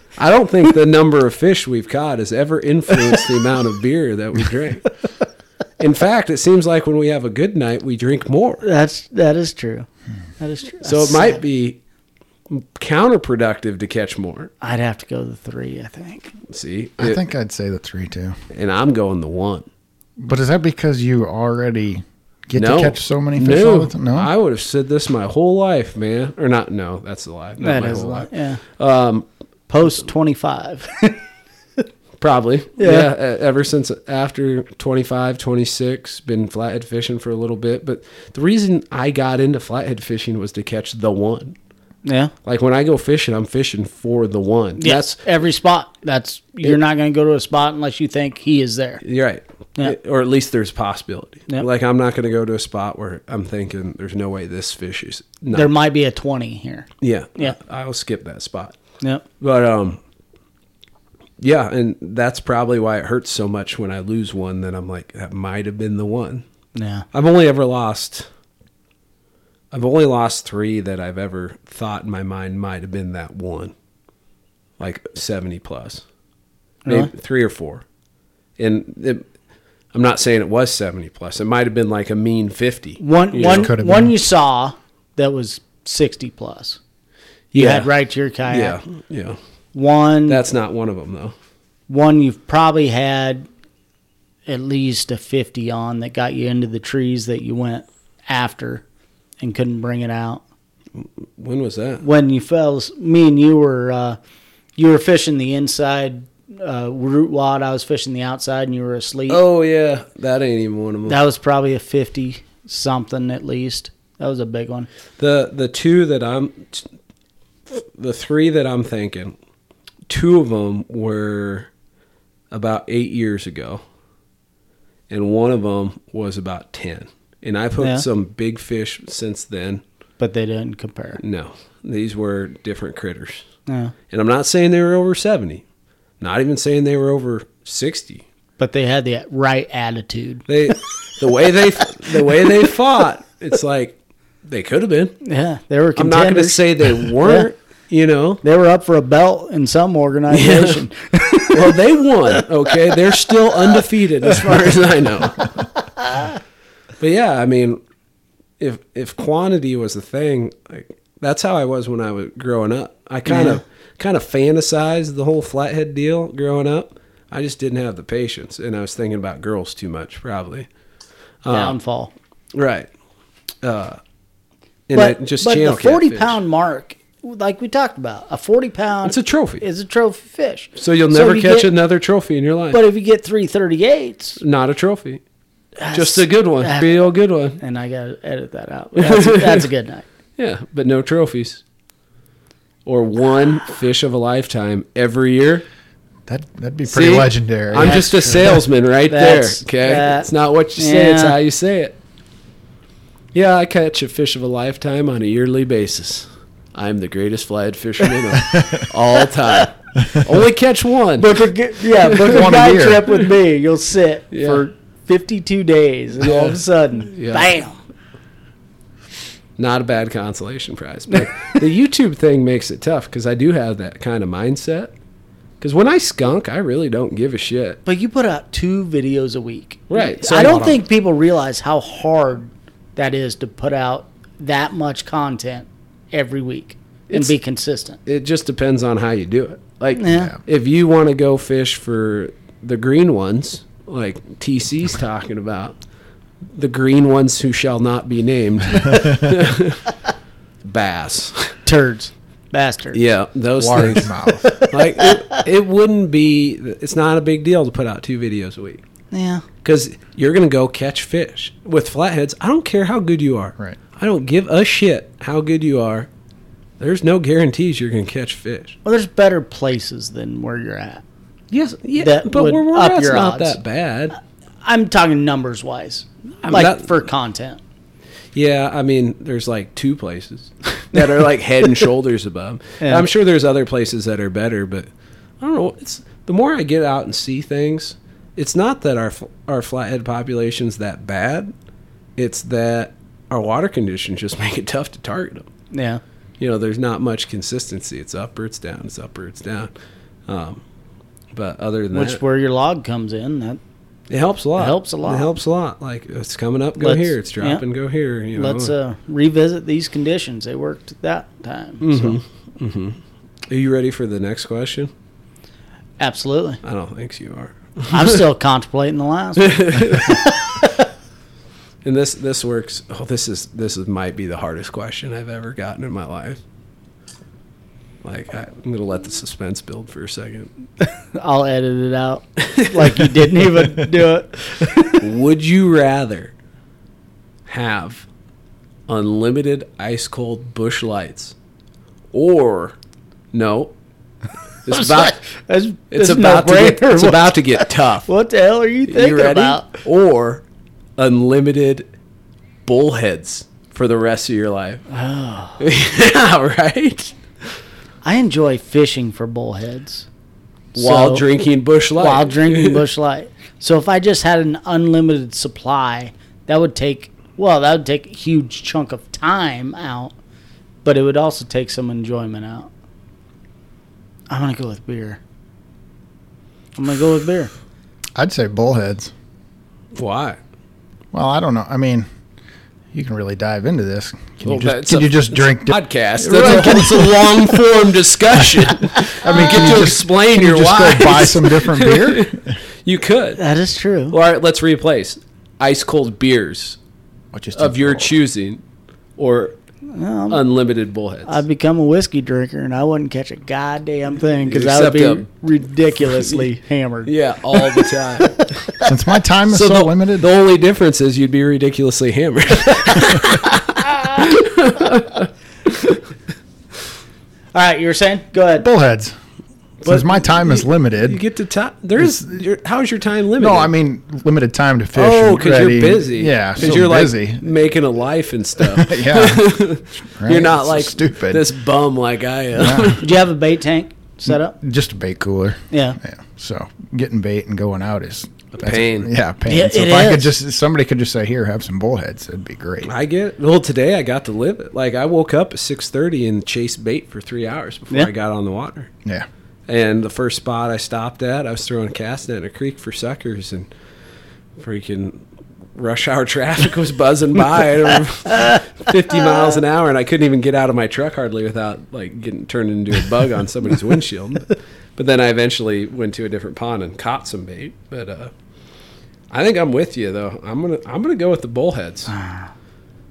Speaker 1: I don't think the number of fish we've caught has ever influenced the amount of beer that we drink. In fact, it seems like when we have a good night, we drink more.
Speaker 2: that's that is true. That is true.
Speaker 1: So
Speaker 2: I
Speaker 1: it might
Speaker 2: said
Speaker 1: be counterproductive to catch more.
Speaker 2: I'd have to go the three, I think.
Speaker 1: See,
Speaker 3: I
Speaker 1: It-
Speaker 3: think I'd say the three, too.
Speaker 1: and I'm going the one.
Speaker 3: But is that because you already get to catch so many fish
Speaker 1: no.
Speaker 3: all the time? No.
Speaker 1: I would have said this my whole life, man. Or not? No, that's a lie. Not
Speaker 2: That
Speaker 1: my
Speaker 2: is a
Speaker 1: whole
Speaker 2: lot.
Speaker 1: life.
Speaker 2: Yeah. Um, Post 25.
Speaker 1: Probably. Yeah. e- Ever since after 25, 26, been flathead fishing for a little bit. But the reason I got into flathead fishing was to catch the one.
Speaker 2: yeah.
Speaker 1: Like when I go fishing, I'm fishing for the one.
Speaker 2: Yes. every spot. That's you're not going to go to a spot unless you think he is there.
Speaker 1: You're right.
Speaker 2: Yeah.
Speaker 1: It- or at least there's a possibility.
Speaker 2: Yeah.
Speaker 1: Like I'm not going to go to a spot where I'm thinking there's no way this fish is not.
Speaker 2: There might be a 20 here.
Speaker 1: yeah.
Speaker 2: Yeah.
Speaker 1: I'll skip that spot.
Speaker 2: Yep.
Speaker 1: But um yeah, and that's probably why it hurts so much when I lose one that I'm like that might have been the one.
Speaker 2: Yeah.
Speaker 1: I've only ever lost I've only lost 3 that I've ever thought in my mind might have been that one. Like 70 plus. Maybe
Speaker 2: Really?
Speaker 1: 3 or 4. And it, I'm not saying it was 70 plus. It might have been like a mean 50.
Speaker 2: One
Speaker 1: you
Speaker 2: one
Speaker 1: know?
Speaker 3: Could've
Speaker 2: one
Speaker 3: been.
Speaker 2: you saw that was sixty plus. You
Speaker 1: yeah,
Speaker 2: had right to your
Speaker 1: Yeah,
Speaker 2: kayak.
Speaker 1: yeah.
Speaker 2: One
Speaker 1: That's not one of them though.
Speaker 2: one you've probably had at least a fifty on that got you into the trees that you went after and couldn't bring it out.
Speaker 1: When was that?
Speaker 2: when you fell, me and you were uh, you were fishing the inside uh, root wad. I was fishing the outside, and you were asleep.
Speaker 1: Oh yeah, that ain't even one of them.
Speaker 2: That was probably a fifty something at least. That was a big one.
Speaker 1: the the two that I'm, the three that I'm thinking, two of them were about eight years ago, and one of them was about ten. And I've hooked
Speaker 2: Yeah.
Speaker 1: some big fish since then.
Speaker 2: But they didn't compare.
Speaker 1: No, these were different critters.
Speaker 2: No,
Speaker 1: And I'm not saying they were over 70. Not even saying they were over 60.
Speaker 2: but they had the right attitude.
Speaker 1: They the way they the way they fought, it's like they could have been.
Speaker 2: Yeah, they were.
Speaker 1: I'm
Speaker 2: Contenders.
Speaker 1: not going to say they weren't, you know.
Speaker 2: they were up for a belt in some organization.
Speaker 1: Well, they won, okay? They're still undefeated as far as I know. But yeah, I mean, if if quantity was the thing, like that's how I was when I was growing up. I kind of kind of fantasized the whole flathead deal growing up. I just didn't have the patience, and I was thinking about girls too much, probably.
Speaker 2: Downfall.
Speaker 1: Right. Uh, and
Speaker 2: but
Speaker 1: I just
Speaker 2: but the
Speaker 1: channel
Speaker 2: forty
Speaker 1: catfish.
Speaker 2: pound mark, like we talked about, a forty pound.
Speaker 1: It's a trophy.
Speaker 2: Is a trophy fish.
Speaker 1: So you'll never
Speaker 2: you
Speaker 1: catch
Speaker 2: get-
Speaker 1: another trophy in your life.
Speaker 2: But if you get three thirty eights,
Speaker 1: Not a trophy. Just a good one. Real good one.
Speaker 2: and I gotta edit that out. That's, that's a good night.
Speaker 1: Yeah, but no trophies. Or one fish of a lifetime every year.
Speaker 3: That that'd be pretty
Speaker 1: See?
Speaker 3: legendary.
Speaker 1: I'm just a salesman right there.
Speaker 2: That's-
Speaker 1: Okay.
Speaker 2: that-
Speaker 1: it's not what you say, it's
Speaker 2: yeah.
Speaker 1: how you say it. Yeah, I catch a fish of a lifetime on a yearly basis. I'm the greatest flathead fisherman of all time. Only catch one.
Speaker 2: Book a g- yeah, book a
Speaker 3: One a
Speaker 2: guy
Speaker 3: year.
Speaker 2: trip with me. You'll sit
Speaker 1: Yeah.
Speaker 2: for fifty two days, and all of
Speaker 1: Yeah.
Speaker 2: a sudden,
Speaker 1: Yeah.
Speaker 2: bam!
Speaker 1: not a bad consolation prize. But the YouTube thing makes it tough because I do have that kind of mindset. Because when I skunk, I really don't give a shit.
Speaker 2: But you put out two videos a week,
Speaker 1: Right,
Speaker 2: So
Speaker 1: so
Speaker 2: I
Speaker 1: a
Speaker 2: don't
Speaker 1: lot of-
Speaker 2: think people realize how hard that is to put out that much content every week and
Speaker 1: It's-
Speaker 2: be consistent.
Speaker 1: It just depends on how you do it. Like,
Speaker 2: Yeah.
Speaker 1: if you want to go fish for the green ones, like TC's talking about, the green ones who shall not be named, bass.
Speaker 2: Turds, bastard.
Speaker 1: Yeah, those things.
Speaker 3: large mouth.
Speaker 1: Like, it, it wouldn't be. It's not a big deal to put out two videos a week.
Speaker 2: yeah.
Speaker 1: because you're gonna go catch fish with flatheads. I don't care how good you are.
Speaker 3: Right.
Speaker 1: I don't give a shit how good you are. There's no guarantees you're gonna catch fish.
Speaker 2: Well, there's better places than where you're at.
Speaker 1: Yes, yeah,
Speaker 2: That
Speaker 1: but
Speaker 2: would
Speaker 1: where we're
Speaker 2: up
Speaker 1: at's
Speaker 2: your
Speaker 1: not
Speaker 2: odds.
Speaker 1: that bad.
Speaker 2: I'm talking numbers wise,
Speaker 1: I'm
Speaker 2: like
Speaker 1: not-
Speaker 2: for content.
Speaker 1: Yeah, I mean, there's like two places that are like head and shoulders above.
Speaker 2: Yeah.
Speaker 1: I'm sure there's other places that are better, but I don't know. It's the more I get out and see things, it's not that our fl- our flathead population's that bad. It's that our water conditions just make it tough to target them.
Speaker 2: Yeah.
Speaker 1: you know, there's not much consistency. It's up or it's down. It's up or it's down. Um, but other than
Speaker 2: Which
Speaker 1: that,
Speaker 2: where your log comes in. That
Speaker 1: it helps a lot.
Speaker 2: it helps a lot.
Speaker 1: It helps a lot. Like it's coming up, go
Speaker 2: Let's-
Speaker 1: here. It's
Speaker 2: yeah.
Speaker 1: dropping, go here. You know,
Speaker 2: let's uh, revisit these conditions. They worked at that time. So
Speaker 1: Mm-hmm. are you ready for the next question?
Speaker 2: absolutely.
Speaker 1: I don't think you are.
Speaker 2: I'm still contemplating the last one.
Speaker 1: And this this works. Oh, this is this is might be the hardest question I've ever gotten in my life. Like I, I'm gonna let the suspense build for a second.
Speaker 2: I'll edit it out. Like you didn't even do it.
Speaker 1: Would you rather have unlimited ice cold bush lights or no? It's about
Speaker 2: That's,
Speaker 1: it's
Speaker 2: that's
Speaker 1: about to get,
Speaker 2: no-brainer.
Speaker 1: it's about to get tough.
Speaker 2: what the hell are you
Speaker 1: You
Speaker 2: thinking about?
Speaker 1: Or unlimited bullheads for the rest of your life. yeah, right.
Speaker 2: I enjoy fishing for bullheads
Speaker 1: while
Speaker 2: So-
Speaker 1: drinking bush light.
Speaker 2: while drinking Bush Light. So if I just had an unlimited supply, that would take well, that would take a huge chunk of time out, but it would also take some enjoyment out. I'm gonna go with beer. I'm gonna go with beer.
Speaker 3: I'd say bullheads.
Speaker 1: Why?
Speaker 3: Well, I don't know. I mean, you can really dive into this. Can
Speaker 1: Well,
Speaker 3: you just,
Speaker 1: that's
Speaker 3: can
Speaker 1: a-
Speaker 3: you just drink? di-
Speaker 1: Podcast. That's a, it's a long form discussion. I mean, get
Speaker 3: can you
Speaker 1: to
Speaker 3: just-
Speaker 1: explain
Speaker 3: can you
Speaker 1: your
Speaker 3: just
Speaker 1: why.
Speaker 3: go buy some different beer?
Speaker 1: you could.
Speaker 2: That is true.
Speaker 1: All right, let's replace ice cold beers
Speaker 3: Which is
Speaker 1: of your choosing, or unlimited bullheads.
Speaker 2: I've become a whiskey drinker and I wouldn't catch a goddamn thing because I would
Speaker 1: Except
Speaker 2: be
Speaker 1: a-
Speaker 2: ridiculously hammered.
Speaker 1: yeah, all the time.
Speaker 3: since my time is so,
Speaker 1: the,
Speaker 3: limited.
Speaker 1: the only difference is you'd be ridiculously hammered.
Speaker 2: All right, you were saying? Go ahead.
Speaker 3: bullheads. Since my time is
Speaker 1: you
Speaker 3: limited.
Speaker 1: get to time. There's your, how's your time limited?
Speaker 3: No, I mean limited time to fish.
Speaker 1: Oh,
Speaker 3: and
Speaker 1: because you're
Speaker 3: ready.
Speaker 1: busy.
Speaker 3: Yeah,
Speaker 1: because
Speaker 3: so
Speaker 1: you're
Speaker 3: busy.
Speaker 1: like making a life and stuff.
Speaker 3: yeah,
Speaker 1: You're
Speaker 3: Right?
Speaker 1: not
Speaker 3: So
Speaker 1: like
Speaker 3: stupid.
Speaker 1: this bum like I am.
Speaker 2: Did you have a bait tank set up?
Speaker 3: just a bait cooler.
Speaker 2: Yeah.
Speaker 3: Yeah. So getting bait and going out is that's a
Speaker 1: pain.
Speaker 3: yeah, pain.
Speaker 2: Yeah,
Speaker 3: so
Speaker 2: it
Speaker 3: if I could
Speaker 2: is.
Speaker 3: just, if somebody could just say, "Here, have some bullheads." It'd be great.
Speaker 1: I get well today. I got to live it. Like I woke up at six thirty and chased bait for three hours before
Speaker 2: Yeah.
Speaker 1: I got on the water.
Speaker 3: yeah.
Speaker 1: And the first spot I stopped at, I was throwing a cast net in a creek for suckers, and freaking rush hour traffic was buzzing by at over fifty miles an hour, and I couldn't even get out of my truck hardly without like getting turned into a bug on somebody's windshield. But, then I eventually went to a different pond and caught some bait. But uh, I think I'm with you though. I'm gonna I'm gonna go with the bullheads.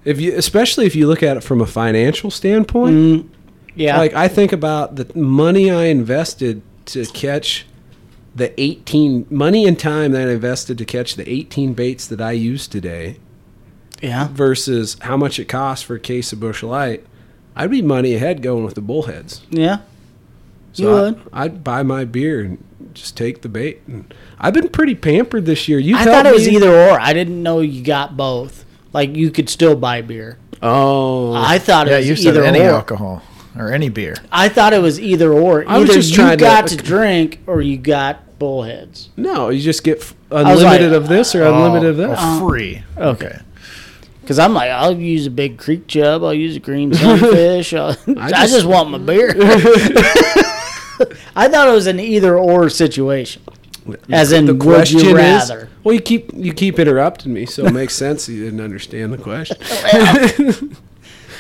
Speaker 1: If you, especially if you look at it from a financial standpoint,
Speaker 2: Yeah.
Speaker 1: like I think about the money I invested to catch the 18 money and time that I invested to catch the 18 baits that I used today
Speaker 2: yeah.
Speaker 1: versus how much it costs for a case of bush light. I'd be money ahead going with the bullheads.
Speaker 2: Yeah.
Speaker 1: So
Speaker 2: You would.
Speaker 1: I, would buy my beer and just take the bait. And I've been pretty pampered this year. You
Speaker 2: I
Speaker 1: helped
Speaker 2: thought it was
Speaker 1: me-
Speaker 2: either or. I didn't know you got both. Like you could still buy beer.
Speaker 1: Oh, I,
Speaker 2: I thought it
Speaker 3: Yeah,
Speaker 2: was
Speaker 3: you said
Speaker 2: either
Speaker 3: any
Speaker 2: or.
Speaker 3: alcohol or any beer.
Speaker 2: I thought it was either or.
Speaker 1: I was
Speaker 2: Either
Speaker 1: just
Speaker 2: you
Speaker 1: trying to-
Speaker 2: got to drink or you got bullheads.
Speaker 1: no! You just get f-
Speaker 2: was like,
Speaker 1: unlimited of this or unlimited of
Speaker 3: Oh,
Speaker 1: that.
Speaker 3: oh, free.
Speaker 2: Okay. Because I'm like, I'll use a big creek chub. I'll use a green sunfish. I'll, I, just,
Speaker 1: just-
Speaker 2: want my beer. I thought it was an either or situation. As in,
Speaker 1: the
Speaker 2: would
Speaker 1: question
Speaker 2: you
Speaker 1: is
Speaker 2: rather?
Speaker 1: well you keep you keep interrupting me so it makes sense you didn't understand the question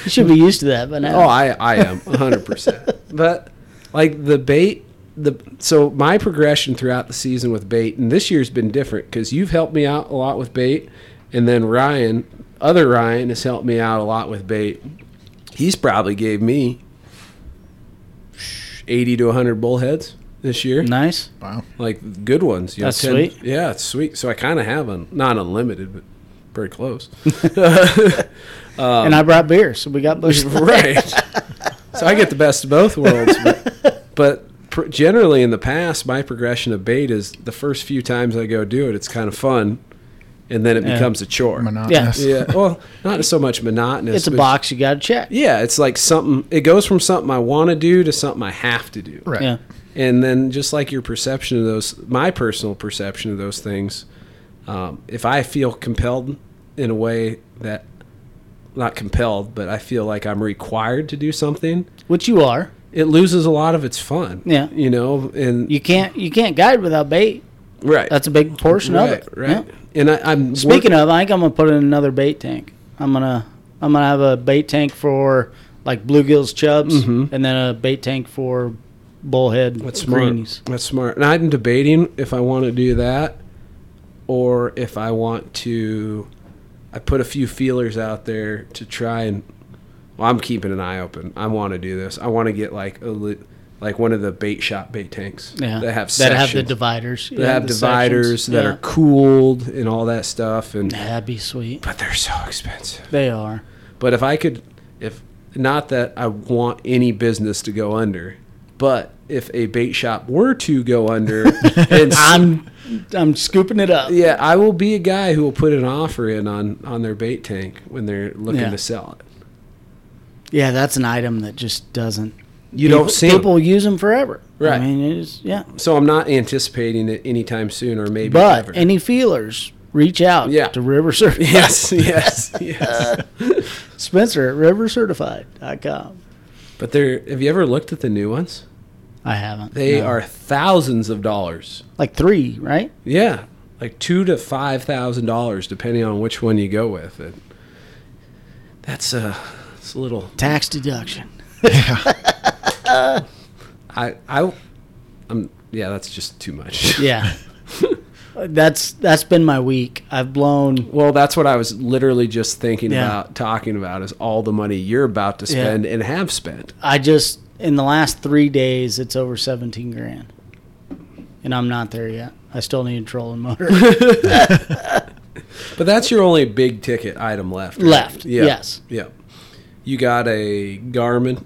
Speaker 2: You should be used to that, but
Speaker 1: oh
Speaker 2: now.
Speaker 1: i i am 100% but like the bait the so my progression throughout the season with bait and this year's been different because you've helped me out a lot with bait and then ryan other ryan has helped me out a lot with bait he's probably gave me 80 to 100 bullheads this year
Speaker 2: nice.
Speaker 3: Wow.
Speaker 1: like good ones. You
Speaker 2: That's sweet.
Speaker 1: Yeah, it's sweet. So I kind of have un, not unlimited, but pretty close.
Speaker 2: and I brought beer, so we got bush.
Speaker 1: right. So I get the best of both worlds. But, but pr- generally, in the past, my progression of bait is the first few times I go do it, it's kind of fun, and then it becomes a chore.
Speaker 3: Monotonous.
Speaker 1: Yeah. Well, not so much monotonous.
Speaker 2: It's a
Speaker 1: but-
Speaker 2: box you got to check.
Speaker 1: Yeah, it's like something. It goes from something I want to do to something I have to do.
Speaker 3: Right.
Speaker 2: Yeah.
Speaker 1: and then just like your perception of those my personal perception of those things um, if i feel compelled in a way that not compelled but i feel like i'm required to do something
Speaker 2: Which you are.
Speaker 1: it loses a lot of its fun
Speaker 2: Yeah.
Speaker 1: you know and
Speaker 2: You can't you can't guide without bait.
Speaker 1: right
Speaker 2: That's a big portion
Speaker 1: right,
Speaker 2: of it.
Speaker 1: right and I, i'm
Speaker 2: Speaking of, I think I'm gonna put in another bait tank. I'm gonna I'm gonna have a bait tank for like bluegills, chubs, and then a bait tank for bullhead
Speaker 1: that's Mm-hmm. smart
Speaker 2: greenies.
Speaker 1: that's smart and i'm debating if i want to do that or if i want to i put a few feelers out there to try and Well, I'm keeping an eye open. I want to do this. I want to get like a li- like one of the bait shop bait tanks
Speaker 2: Yeah,
Speaker 1: that have
Speaker 2: that have the
Speaker 1: sections-
Speaker 2: dividers.
Speaker 1: that have dividers that are cooled and all that stuff. And
Speaker 2: That'd be sweet.
Speaker 1: but they're so expensive.
Speaker 2: They are.
Speaker 1: But if I could, if not that I want any business to go under, but if a bait shop were to go under, and
Speaker 2: I'm I'm scooping it up.
Speaker 1: yeah, I will be a guy who will put an offer in on on their bait tank when they're looking
Speaker 2: Yeah.
Speaker 1: to sell it.
Speaker 2: Yeah, that's an item that just doesn't.
Speaker 1: You
Speaker 2: people,
Speaker 1: don't see 'em.
Speaker 2: people use them forever.
Speaker 1: Right.
Speaker 2: I mean, it's yeah.
Speaker 1: So I'm not anticipating it anytime soon, or maybe
Speaker 2: But
Speaker 1: ever.
Speaker 2: any feelers, reach out
Speaker 1: Yeah.
Speaker 2: to River Certified.
Speaker 1: Yes, yes, yes.
Speaker 2: Spencer at rivercertified.com.
Speaker 1: but they're. Have you ever looked at the new ones?
Speaker 2: I haven't.
Speaker 1: They
Speaker 2: no.
Speaker 1: are thousands of dollars.
Speaker 2: like three, right?
Speaker 1: Yeah, like two to five thousand dollars, depending on which one you go with. It that's a it's a little.
Speaker 2: Tax deduction.
Speaker 1: I I I'm yeah. That's just too much.
Speaker 2: Yeah. Uh, that's that's been my week. I've blown
Speaker 1: Well, that's what I was literally just thinking
Speaker 2: Yeah.
Speaker 1: about talking about is all the money you're about to
Speaker 2: Yeah.
Speaker 1: spend and have spent.
Speaker 2: I just in the last 3 days it's over 17 grand. And I'm not there yet. I still need a trolling motor
Speaker 1: But that's your only big ticket item left. right?
Speaker 2: left.
Speaker 1: Yeah.
Speaker 2: Yes.
Speaker 1: Yeah. You got a Garmin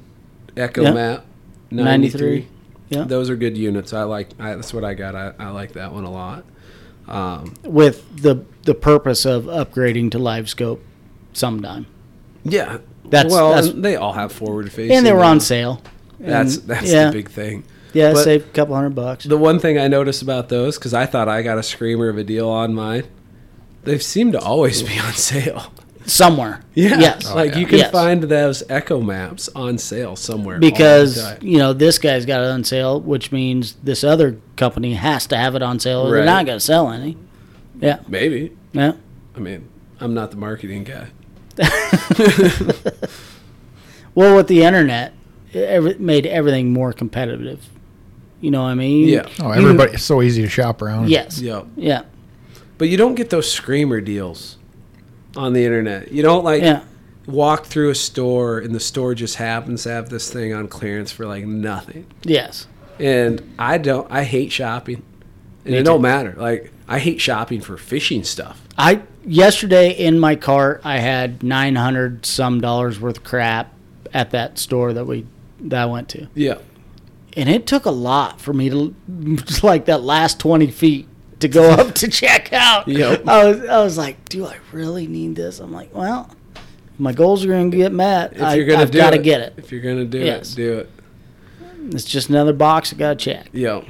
Speaker 1: Echo
Speaker 2: Yeah.
Speaker 1: Map
Speaker 2: 93. Yeah.
Speaker 1: Those are good units. I like. I, that's what I got. I, I like that one a lot.
Speaker 2: With the the purpose of upgrading to live scope sometime.
Speaker 1: Yeah.
Speaker 2: That's-
Speaker 1: well.
Speaker 2: that's-
Speaker 1: and they all have forward facing.
Speaker 2: And they were on sale.
Speaker 1: That's
Speaker 2: and-
Speaker 1: that's
Speaker 2: yeah.
Speaker 1: the big thing.
Speaker 2: Yeah,
Speaker 1: But-
Speaker 2: save a couple hundred bucks.
Speaker 1: The one thing I noticed about those because I thought I got a screamer of a deal on mine. They seem to always be on sale.
Speaker 2: somewhere.
Speaker 1: Oh, Yeah.
Speaker 2: Yes. Oh,
Speaker 1: like you can
Speaker 2: Yes.
Speaker 1: find those Echo Maps on sale somewhere all the
Speaker 2: because
Speaker 1: time.
Speaker 2: you know this guy's got it on sale, which means this other company has to have it on sale, or
Speaker 1: Right.
Speaker 2: they're not going to sell any. Yeah,
Speaker 1: maybe.
Speaker 2: yeah.
Speaker 1: I mean, I'm not the marketing guy.
Speaker 2: Well, with the internet, it ever- made everything more competitive. You know what I mean?
Speaker 1: Yeah.
Speaker 3: Oh, everybody! It's so easy to shop around.
Speaker 2: Yes. Yeah.
Speaker 1: Yeah. But you don't get those screamer deals on the internet. You don't like
Speaker 2: Yeah.
Speaker 1: walk through a store and the store just happens to have this thing on clearance for like nothing.
Speaker 2: Yes.
Speaker 1: And I don't I hate shopping. And it don't matter. Like I hate shopping for fishing stuff.
Speaker 2: I yesterday in my cart I had nine hundred some dollars worth of crap at that store that we that I went to,
Speaker 1: Yeah.
Speaker 2: and it took a lot for me to just like that last twenty feet to go up to check out.
Speaker 1: Yep.
Speaker 2: I was I was like, do I really need this? I'm like, well, my goals are gonna get met.
Speaker 1: If
Speaker 2: I,
Speaker 1: you're gonna
Speaker 2: I've
Speaker 1: do
Speaker 2: got to
Speaker 1: it,
Speaker 2: get it.
Speaker 1: If you're gonna do
Speaker 2: Yes.
Speaker 1: it, do it.
Speaker 2: It's just another box I gotta check.
Speaker 1: Yo,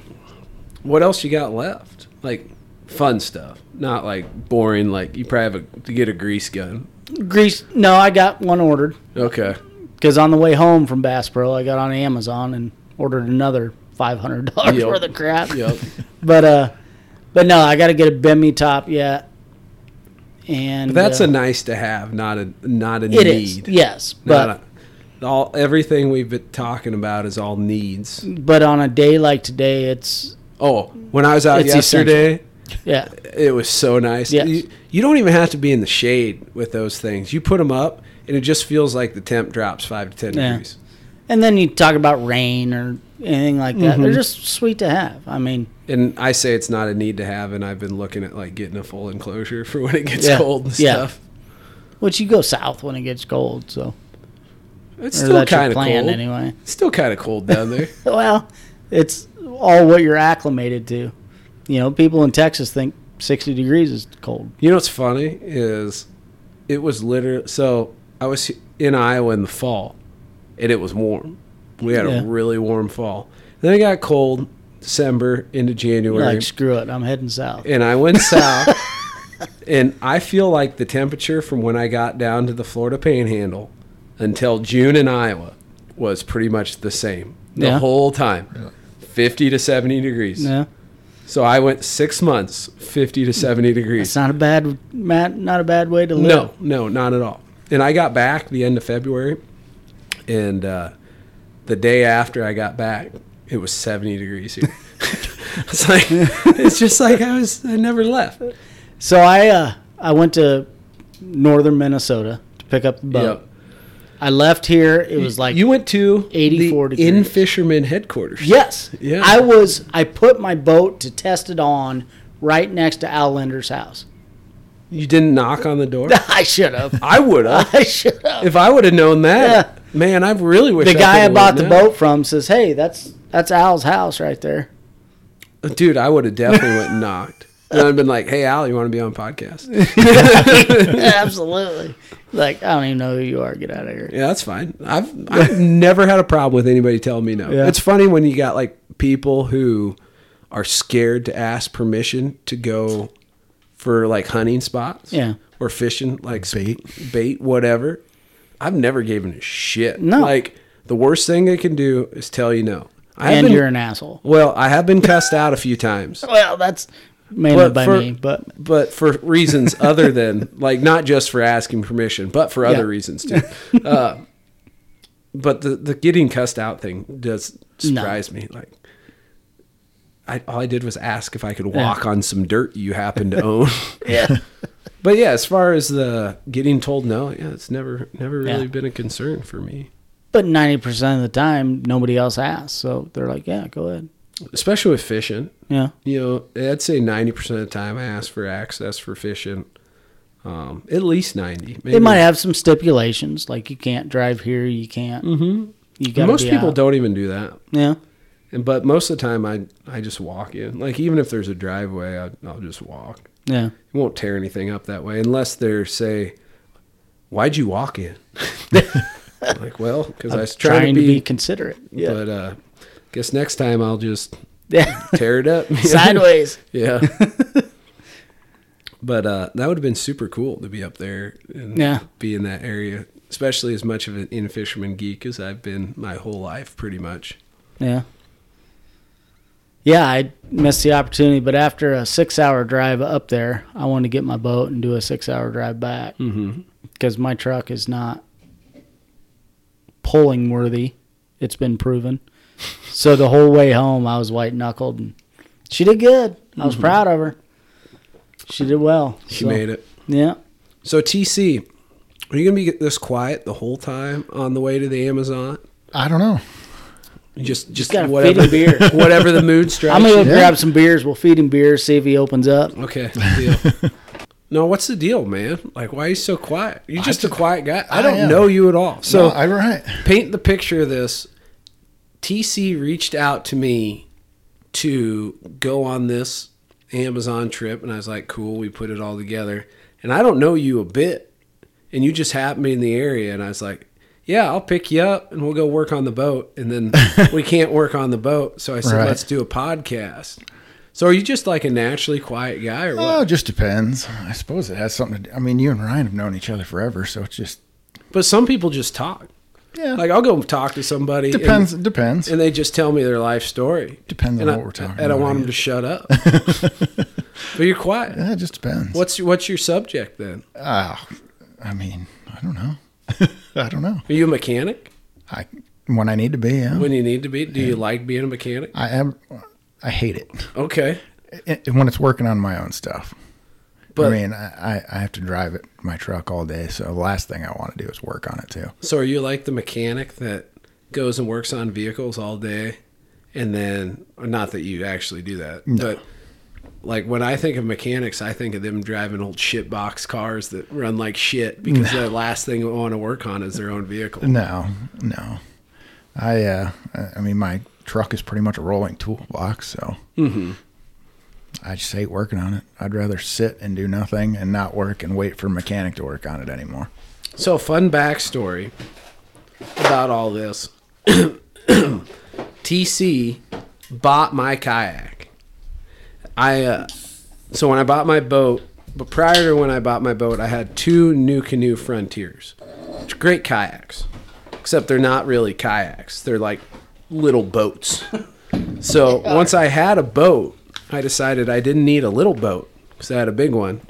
Speaker 1: what else you got left? Like fun stuff, not like boring. Like you probably have a, to get a grease gun.
Speaker 2: Grease? No, I got one ordered
Speaker 1: Okay.
Speaker 2: because on the way home from Bass Pro, I got on Amazon and ordered another five hundred dollars
Speaker 1: Yep.
Speaker 2: worth of crap.
Speaker 1: Yep.
Speaker 2: But uh, but no, I gotta get a Bemmy top yet. And
Speaker 1: That's
Speaker 2: uh,
Speaker 1: a nice to have, not a not a
Speaker 2: it is
Speaker 1: need.
Speaker 2: yes, but
Speaker 1: Not a- all everything we've been talking about is all needs.
Speaker 2: but on a day like today, it's
Speaker 1: Oh, when I was out
Speaker 2: It's
Speaker 1: yesterday,
Speaker 2: yeah.
Speaker 1: it was so nice.
Speaker 2: Yes.
Speaker 1: You, you don't even have to be in the shade with those things. You put them up, and it just feels like the temp drops five to ten
Speaker 2: Yeah.
Speaker 1: degrees.
Speaker 2: And then you talk about rain or anything like that.
Speaker 1: Mm-hmm.
Speaker 2: They're just sweet to have. I mean,
Speaker 1: And I say it's not a need to have, and I've been looking at like getting a full enclosure for when it gets
Speaker 2: Yeah.
Speaker 1: cold and
Speaker 2: Yeah.
Speaker 1: stuff.
Speaker 2: which you go south when it gets cold, so
Speaker 1: It's
Speaker 2: or
Speaker 1: still
Speaker 2: that's your
Speaker 1: kind of
Speaker 2: plan
Speaker 1: cold.
Speaker 2: anyway.
Speaker 1: It's still kind of cold down there.
Speaker 2: Well, it's all what you're acclimated to. You know, people in Texas think 60 degrees is cold.
Speaker 1: you know what's funny is it was literally so I was in Iowa in the fall, and it was warm. We had
Speaker 2: Yeah.
Speaker 1: a really warm fall. Then it got cold December into January.
Speaker 2: Like screw it, I'm heading south.
Speaker 1: and I went south. and I feel like the temperature from when I got down to the Florida Panhandle until June in Iowa was pretty much the same the
Speaker 2: Yeah.
Speaker 1: whole time. 50 to 70 degrees.
Speaker 2: Yeah,
Speaker 1: So I went 6 months 50 to 70 degrees.
Speaker 2: it's not a bad Matt, not a bad way to live.
Speaker 1: No, no, not at all. And I got back the end of February and uh, the day after I got back it was 70 degrees here. it's like it's just like I was I never left.
Speaker 2: So I uh, I went to northern Minnesota to pick up the boat.
Speaker 1: Yep.
Speaker 2: I left here. It was like
Speaker 1: you went to
Speaker 2: 84
Speaker 1: the
Speaker 2: degrees.
Speaker 1: in fisherman headquarters.
Speaker 2: Yes.
Speaker 1: Yeah.
Speaker 2: I was. I put my boat to test it on right next to Al Linder's house.
Speaker 1: you didn't knock on the door.
Speaker 2: I should have.
Speaker 1: I would have
Speaker 2: I should have.
Speaker 1: if I would have known that. Man, I really wish
Speaker 2: The
Speaker 1: I
Speaker 2: guy I
Speaker 1: coulda
Speaker 2: bought the
Speaker 1: went now.
Speaker 2: boat from says, "Hey, that's that's Al's house right there."
Speaker 1: Dude, I would have definitely went and knocked. And I'd been like, "Hey, Al, you want to be on podcast?" Yeah,
Speaker 2: Absolutely. Like I don't even know who you are. Get out of here.
Speaker 1: that's fine. I've I've never had a problem with anybody telling me no.
Speaker 2: Yeah.
Speaker 1: It's funny when you got like people who are scared to ask permission to go for like hunting spots,
Speaker 2: Yeah.
Speaker 1: or fishing, like sp-
Speaker 3: Bait.
Speaker 1: bait, whatever. I've never given a shit.
Speaker 2: No.
Speaker 1: Like the worst thing they can do is tell you no. I have
Speaker 2: And
Speaker 1: been-
Speaker 2: you're an asshole.
Speaker 1: well. I have been cussed out a few times.
Speaker 2: Well, that's mainly
Speaker 1: But
Speaker 2: by
Speaker 1: for-
Speaker 2: me, but
Speaker 1: but for reasons other than like not just for asking permission, but for other
Speaker 2: Yeah.
Speaker 1: reasons too. Uh, but the the getting cussed out thing does surprise me. Like, I all I did was ask if I could walk on some dirt you happen to own.
Speaker 2: yeah,
Speaker 1: but yeah, as far as the getting told no, yeah, it's never never really
Speaker 2: Yeah.
Speaker 1: been a concern for me.
Speaker 2: but ninety percent of the time nobody else asks, so they're like, yeah, go ahead,
Speaker 1: Especially with fishing.
Speaker 2: yeah,
Speaker 1: You know, I'd say ninety percent of the time I ask for access for fishing. Um, at least ninety.
Speaker 2: They might have some stipulations, like you can't drive here, you can't. Mm-hmm. You got
Speaker 1: Most people don't even do that.
Speaker 2: Yeah,
Speaker 1: And but most of the time, I I just walk in. Like even if there's a driveway, I, I'll just walk.
Speaker 2: yeah,
Speaker 1: It won't tear anything up that way, unless they're say, "Why'd you walk in?" like, well, because I was trying, to be.
Speaker 2: considerate.
Speaker 1: But uh, guess next time I'll just
Speaker 2: yeah,
Speaker 1: tear it up
Speaker 2: sideways.
Speaker 1: yeah. but uh, that would have been super cool to be up there and
Speaker 2: Yeah.
Speaker 1: be in that area, especially as much of an in fisherman geek as I've been my whole life, pretty much.
Speaker 2: Yeah. Yeah, I missed the opportunity, but after a six-hour drive up there, I wanted to get my boat and do a six-hour drive back
Speaker 1: Hmm. Mm-hmm.
Speaker 2: because my truck is not pulling worthy. It's been proven. So the whole way home, I was white knuckled, and she did good. I was proud of her. She did well.
Speaker 1: Hmm. She made it.
Speaker 2: Yeah.
Speaker 1: So TC, are you gonna be this quiet the whole time on the way to the Amazon?
Speaker 3: I don't know.
Speaker 1: Just just
Speaker 2: gotta feed
Speaker 1: whatever
Speaker 2: him beer.
Speaker 1: whatever the mood strikes.
Speaker 2: I'm gonna go
Speaker 1: you.
Speaker 2: grab some beers. We'll feed him beers. See if he opens up.
Speaker 1: Okay. Deal. no, what's the deal, man? Like, why are you so quiet? You're just a quiet guy. I
Speaker 3: I
Speaker 1: don't
Speaker 3: am.
Speaker 1: know you at all. So
Speaker 3: So I right.
Speaker 1: paint the picture of this. TC reached out to me to go on this Amazon trip, and I was like, cool, we put it all together. And I don't know you a bit, and you just happened to be in the area, and I was like, yeah, I'll pick you up and we'll go work on the boat. And then we can't work on the boat. So I said,
Speaker 3: Right.
Speaker 1: let's do a podcast. So are you just like a naturally quiet guy or
Speaker 3: Well,
Speaker 1: what?
Speaker 3: it just depends. I suppose it has something to do. I mean, you and Ryan have known each other forever, so it's just
Speaker 1: But some people just talk.
Speaker 3: yeah.
Speaker 1: Like I'll go talk to somebody. and-
Speaker 3: depends. depends.
Speaker 1: and they just tell me their life story.
Speaker 3: Depends on
Speaker 1: and I,
Speaker 3: what we're talking
Speaker 1: And I
Speaker 3: about,
Speaker 1: want
Speaker 3: yeah.
Speaker 1: them to shut up. but you're quiet.
Speaker 3: yeah, it just depends.
Speaker 1: What's your, what's your subject then?
Speaker 3: Ah, I mean, I don't know. I don't know.
Speaker 1: Are you a mechanic
Speaker 3: I when I need to be. Yeah.
Speaker 1: when you need to be? Do you like being a mechanic?
Speaker 3: I am. I hate it.
Speaker 1: Okay,
Speaker 3: it, when it's working on my own stuff.
Speaker 1: but
Speaker 3: I mean, I, I, I have to drive it my truck all day, so the last thing I want to do is work on it too.
Speaker 1: so are you like the mechanic that goes and works on vehicles all day, and then or not that you actually do that, but like when I think of mechanics, I think of them driving old shitbox cars that run like shit because the last thing they want to work on is their own vehicle.
Speaker 3: No, no. I uh, I- I mean, my truck is pretty much a rolling toolbox, so
Speaker 1: Mm-hmm.
Speaker 3: I just hate working on it. I'd rather sit and do nothing and not work and wait for a mechanic to work on it anymore.
Speaker 1: So, fun backstory about all this. TC bought my kayak. I uh, so when I bought my boat, but prior to when I bought my boat, I had two new canoe frontiers, which are great kayaks, except they're not really kayaks. They're like little boats. So once I had a boat, I decided I didn't need a little boat because I had a big one,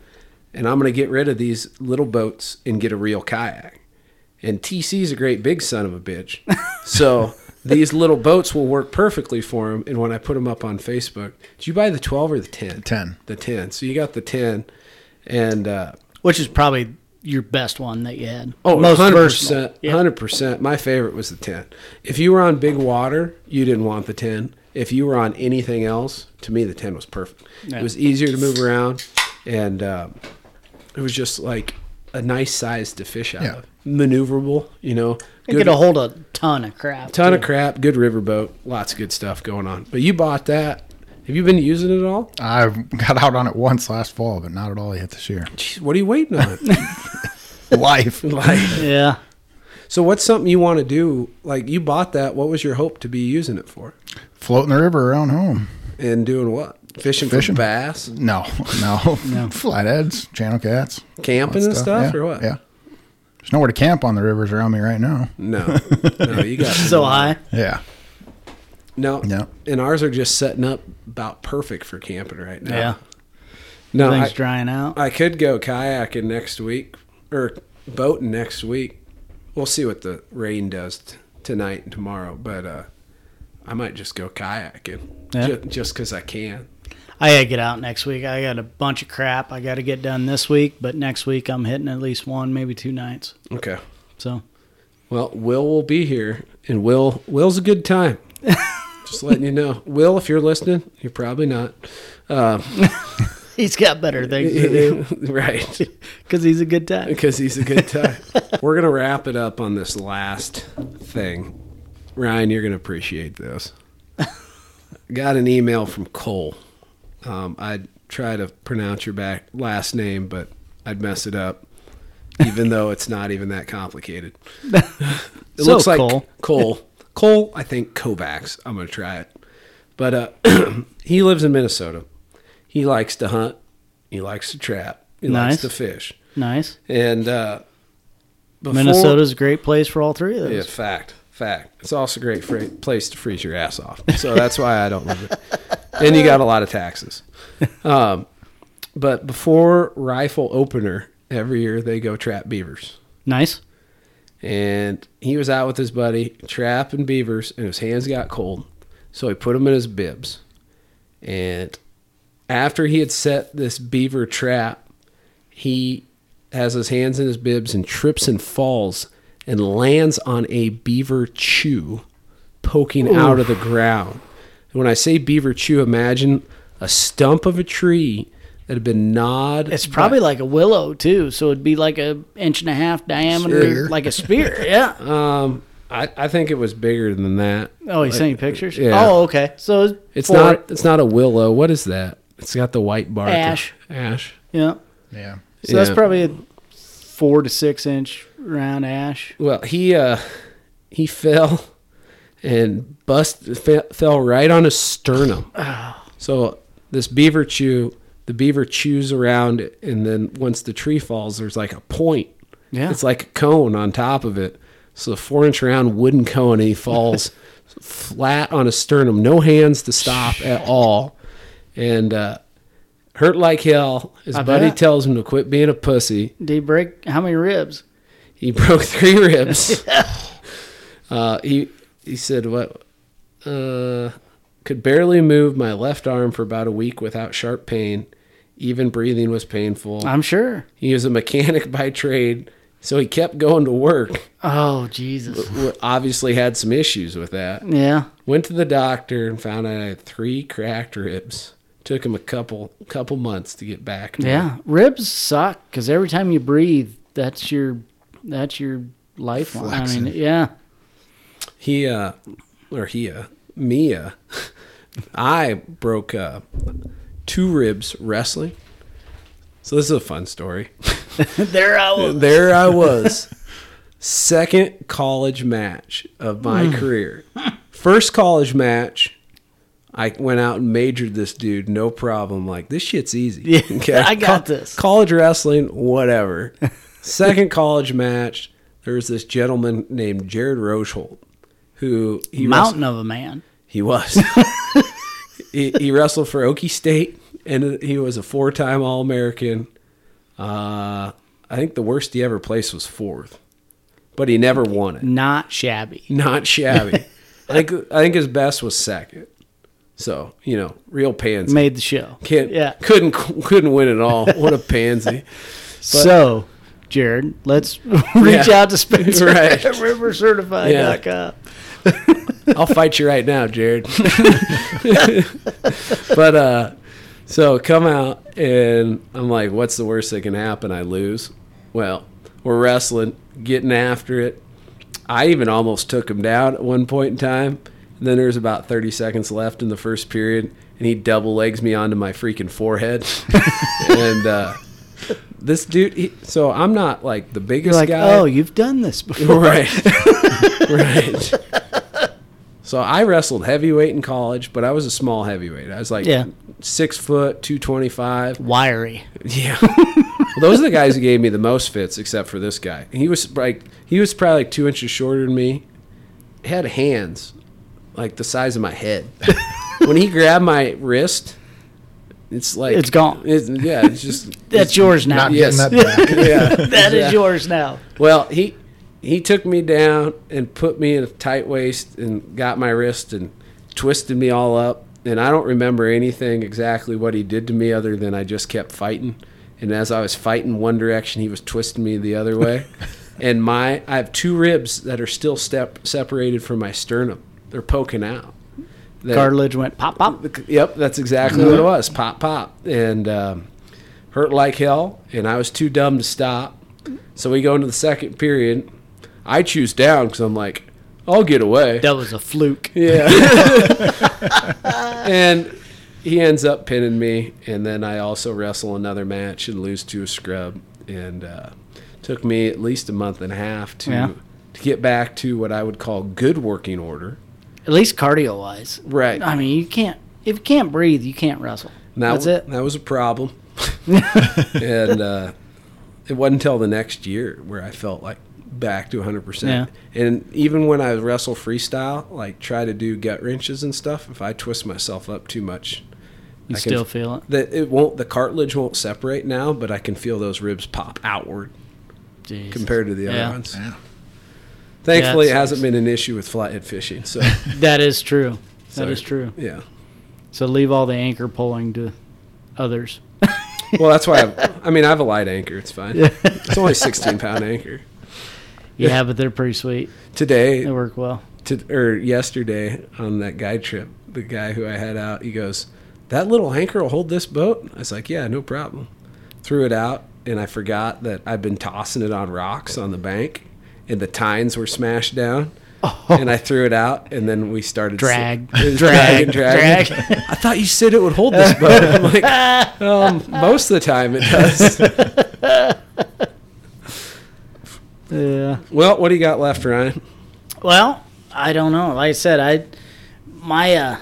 Speaker 1: and I'm gonna get rid of these little boats and get a real kayak. And TC's a great big son of a bitch, so these little boats will work perfectly for him. And when I put them up on Facebook, did you buy the 12 or the 10?
Speaker 3: 10.
Speaker 1: The 10. So you got the 10, and uh,
Speaker 2: which is probably your best one that you had.
Speaker 1: Oh,
Speaker 2: versatile.
Speaker 1: 100%.
Speaker 2: Yeah.
Speaker 1: 100%. My favorite was the 10. If you were on big water, you didn't want the 10. If you were on anything else, to me, the 10 was perfect.
Speaker 2: Yeah.
Speaker 1: It was easier to move around, and um, it was just like a nice size to fish out
Speaker 3: Yeah.
Speaker 1: of. Maneuverable, you know.
Speaker 2: You get a hold of a ton of crap.
Speaker 1: ton of
Speaker 2: too.
Speaker 1: crap, good riverboat, lots of good stuff going on. But you bought that. Have you been using it at all?
Speaker 3: I got out on it once last fall, but not at all yet this year.
Speaker 1: Jeez, what are you waiting on?
Speaker 3: Life.
Speaker 1: like,
Speaker 2: Yeah.
Speaker 1: so what's something you want to do? Like you bought that. What was your hope to be using it for?
Speaker 3: Floating the river around home.
Speaker 1: And doing what? Fishing,
Speaker 3: Fishing.
Speaker 1: for bass,
Speaker 3: No, no. Flatheads, channel cats.
Speaker 1: camping and stuff,
Speaker 3: yeah,
Speaker 1: or what?
Speaker 3: Yeah. There's nowhere to camp on the rivers around me right now.
Speaker 1: No, no, you got
Speaker 2: So high.
Speaker 3: Yeah.
Speaker 1: no,
Speaker 3: No.
Speaker 1: And ours are just setting up about perfect for camping right now.
Speaker 2: Yeah.
Speaker 1: No,
Speaker 2: Things
Speaker 1: I-
Speaker 2: drying out.
Speaker 1: I could go kayaking next week or boating next week. We'll see what the rain does t- tonight and tomorrow, but uh, I might just go kayaking
Speaker 2: Yeah.
Speaker 1: ju- just because I can.
Speaker 2: I gotta get out next week. I got a bunch of crap I gotta get done this week, but next week I'm hitting at least one, maybe two nights.
Speaker 1: Okay.
Speaker 2: So
Speaker 1: Well, Will will be here, and Will Will's a good time. just letting you know, Will, if you're listening, you're probably not.
Speaker 2: he's got better things to do
Speaker 1: right.
Speaker 2: because he's a good time.
Speaker 1: because he's a good time. We're gonna wrap it up on this last thing. Ryan, you're gonna appreciate this. Got an email from Cole. Um, I'd try to pronounce your back last name, but I'd mess it up, even though it's not even that complicated. It
Speaker 2: So,
Speaker 1: looks like
Speaker 2: Cole.
Speaker 1: Cole. Cole. Cole, I think Kovacs. I'm gonna try it. But uh, he lives in Minnesota. He likes to hunt. He likes to trap. He
Speaker 2: Nice.
Speaker 1: likes to fish.
Speaker 2: Nice.
Speaker 1: And uh, before-
Speaker 2: Minnesota's a great place for all three of
Speaker 1: yeah,
Speaker 2: those.
Speaker 1: fact, fact. It's also a great fra- place to freeze your ass off. So that's why I don't love it. And you got a lot of taxes. Um, but before rifle opener, every year they go trap beavers.
Speaker 2: Nice.
Speaker 1: And he was out with his buddy trapping beavers, and his hands got cold, so he put them in his bibs. And after he had set this beaver trap, he has his hands in his bibs and trips and falls and lands on a beaver chew poking out of the ground. And when I say beaver chew, imagine a stump of a tree that had been gnawed.
Speaker 2: It's probably like a willow too, so it'd be like a inch and a half diameter,
Speaker 1: Spear.
Speaker 2: like a spear. Yeah.
Speaker 1: um, I, I think it was bigger than that.
Speaker 2: Oh, he's sending pictures.
Speaker 1: yeah.
Speaker 2: Oh, okay. So it's,
Speaker 1: It's
Speaker 2: four-
Speaker 1: not. It's not a willow. What is that? It's got the white bark.
Speaker 2: Ash.
Speaker 1: Ash.
Speaker 2: Yeah.
Speaker 3: Yeah.
Speaker 2: So that's
Speaker 1: Yeah.
Speaker 2: probably a four to six inch round ash.
Speaker 1: Well, he uh, he fell and bust fe- fell right on his sternum. So this beaver chew, the beaver chews around, it, and then once the tree falls, there's like a point.
Speaker 2: Yeah.
Speaker 1: It's like a cone on top of it. So the four inch round wooden cone, and he falls flat on his sternum, no hands to stop at all, and uh, hurt like hell. His
Speaker 2: I
Speaker 1: buddy
Speaker 2: bet.
Speaker 1: tells him to quit being a pussy.
Speaker 2: Did he break how many ribs?
Speaker 1: He broke three ribs. uh, he he said what uh, could barely move my left arm for about a week without sharp pain. Even breathing was painful.
Speaker 2: I'm sure.
Speaker 1: he was a mechanic by trade, so he kept going to work.
Speaker 2: Oh Jesus.
Speaker 1: W- Obviously, had some issues with that.
Speaker 2: Yeah.
Speaker 1: Went to the doctor and found out I had three cracked ribs. Took him a couple couple months to get back. to
Speaker 2: Yeah. Ribs suck because every time you breathe, that's your that's your lifeline. I mean, yeah.
Speaker 1: he uh or he uh mia i broke uh two ribs wrestling so this is a fun story
Speaker 2: there I was.
Speaker 1: there i was second college match of my
Speaker 2: Hmm.
Speaker 1: career first college match I went out and majored this dude, no problem. Like this shit's easy.
Speaker 2: Yeah, I got this.
Speaker 1: College wrestling, whatever. Second college match, there was this gentleman named Jared Rochehold, who he wrestled-
Speaker 2: Mountain of a man.
Speaker 1: he was. he, he wrestled for Okie State, and he was a four-time All-American. Uh, I think the worst he ever placed was fourth, but he never won it.
Speaker 2: Not shabby.
Speaker 1: Not shabby. I think I think his best was second. So you know, real pansy.
Speaker 2: Made the show.
Speaker 1: Can't,
Speaker 2: yeah.
Speaker 1: couldn't couldn't win it all. What a pansy!
Speaker 2: so, Jared, let's reach
Speaker 1: Yeah.
Speaker 2: out to Spencer
Speaker 1: Right.
Speaker 2: at rivercertified.com.
Speaker 1: I'll fight you right now, Jared. but uh so come out and I'm like, what's the worst that can happen? I lose. Well, we're wrestling, getting after it. I even almost took him down at one point in time. And then there's about 30 seconds left in the first period, and he double legs me onto my freaking forehead. and uh, this dude, he, so I'm not like the biggest
Speaker 2: You're like,
Speaker 1: guy.
Speaker 2: oh, you've done this before.
Speaker 1: Right. right. So I wrestled heavyweight in college, but I was a small heavyweight. I was like
Speaker 2: Yeah.
Speaker 1: six foot, two twenty five.
Speaker 2: Wiry.
Speaker 1: Yeah. Well, those are the guys who gave me the most fits, except for this guy. He was like he was probably like two inches shorter than me. He had hands like the size of my head. when he grabbed my wrist, It's like
Speaker 2: It's gone.
Speaker 1: It's, yeah, it's just
Speaker 2: That's yours now.
Speaker 3: Not
Speaker 2: That is
Speaker 1: Yes.
Speaker 3: getting that back.
Speaker 1: yeah.
Speaker 2: yours now.
Speaker 1: Well, he he took me down and put me in a tight waist and got my wrist and twisted me all up. And I don't remember anything exactly what he did to me other than I just kept fighting. And as I was fighting one direction, he was twisting me the other way. and my I have two ribs that are still step separated from my sternum. They're poking out. That-
Speaker 2: Cartilage went pop pop.
Speaker 1: Yep, that's exactly what it was. Pop, pop, and um, hurt like hell. And I was too dumb to stop. So we go into the second period. I choose down because I'm like, I'll get away.
Speaker 2: That was a fluke.
Speaker 1: Yeah. and he ends up pinning me, and then I also wrestle another match and lose to a scrub. And uh, took me at least a month and a half to
Speaker 2: Yeah.
Speaker 1: to get back to what I would call good working order.
Speaker 2: At least cardio wise.
Speaker 1: Right.
Speaker 2: I mean, you can't if you can't breathe, you can't wrestle.
Speaker 1: And that
Speaker 2: That's
Speaker 1: wa-
Speaker 2: it.
Speaker 1: That was a problem. and uh, it wasn't until the next year where I felt like back to 100%. And even when I wrestle freestyle, like try to do gut wrenches and stuff, if I twist myself up too much,
Speaker 2: You
Speaker 1: I can-
Speaker 2: still feel it.
Speaker 1: that it won't the cartilage won't separate now, but I can feel those ribs pop outward
Speaker 2: Jeez.
Speaker 1: compared to the other
Speaker 2: Yeah.
Speaker 1: ones. Thankfully,
Speaker 2: Yeah,
Speaker 1: it
Speaker 2: it
Speaker 1: hasn't been an issue with flathead fishing. So,
Speaker 2: That is true.
Speaker 1: so,
Speaker 2: That is true.
Speaker 1: Yeah.
Speaker 2: So leave all the anchor pulling to others.
Speaker 1: Well, that's why I've, I mean I have a light anchor. It's fine. It's only a 16 pound anchor.
Speaker 2: Yeah, but they're pretty sweet.
Speaker 1: Today,
Speaker 2: They work well.
Speaker 1: to, or yesterday on that guy trip, the guy who I had out, he goes, "That little anchor will hold this boat." I was like, "Yeah, no problem." Threw it out, and I forgot that I've been tossing it on rocks on the bank, and the tines were smashed down. And I threw it out, and then we started sli-
Speaker 2: Oh. Drag,
Speaker 1: it was dragging,
Speaker 2: drag,
Speaker 1: dragging.
Speaker 2: drag.
Speaker 1: I thought you said it would hold this boat. I'm like, um, most of the time it does.
Speaker 2: Yeah.
Speaker 1: Well, what do you got left, Ryan?
Speaker 2: Well, I don't know. Like I said, I my uh,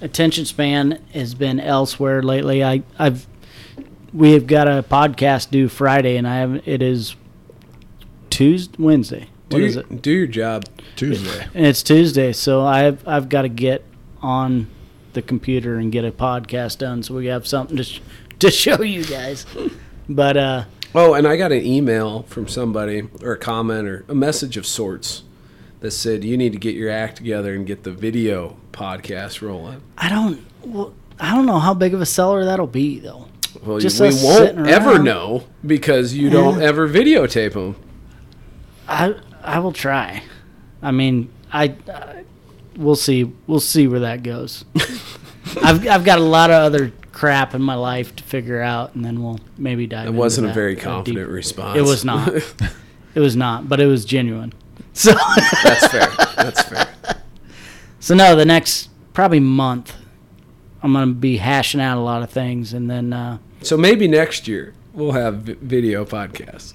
Speaker 2: attention span has been elsewhere lately. I I've we have got a podcast due Friday, and I have it is Tuesday, Wednesday.
Speaker 1: Do
Speaker 2: What is
Speaker 1: your-
Speaker 2: it?
Speaker 1: do your job.
Speaker 3: Tuesday.
Speaker 2: And it's Tuesday, so I've I've got to get on the computer and get a podcast done, so we have something to sh- to show you guys. But uh,
Speaker 1: Oh, and I got an email from somebody or a comment or a message of sorts that said you need to get your act together and get the video podcast rolling.
Speaker 2: I don't well, I don't know how big of a seller that'll be though.
Speaker 1: Well,
Speaker 2: Just
Speaker 1: we
Speaker 2: us
Speaker 1: won't
Speaker 2: sitting
Speaker 1: ever
Speaker 2: around.
Speaker 1: know because you don't ever videotape them.
Speaker 2: I I will try. I mean, I, I we'll see we'll see where that goes. I've I've got a lot of other crap in my life to figure out, and then we'll maybe dive.
Speaker 1: It wasn't
Speaker 2: into
Speaker 1: a very
Speaker 2: that, uh,
Speaker 1: confident
Speaker 2: deep-
Speaker 1: response.
Speaker 2: It was not. it was not, but it was genuine. So
Speaker 1: That's fair. That's fair.
Speaker 2: so no, the next probably month, I'm gonna be hashing out a lot of things, and then uh,
Speaker 1: So maybe next year we'll have vi- video podcasts.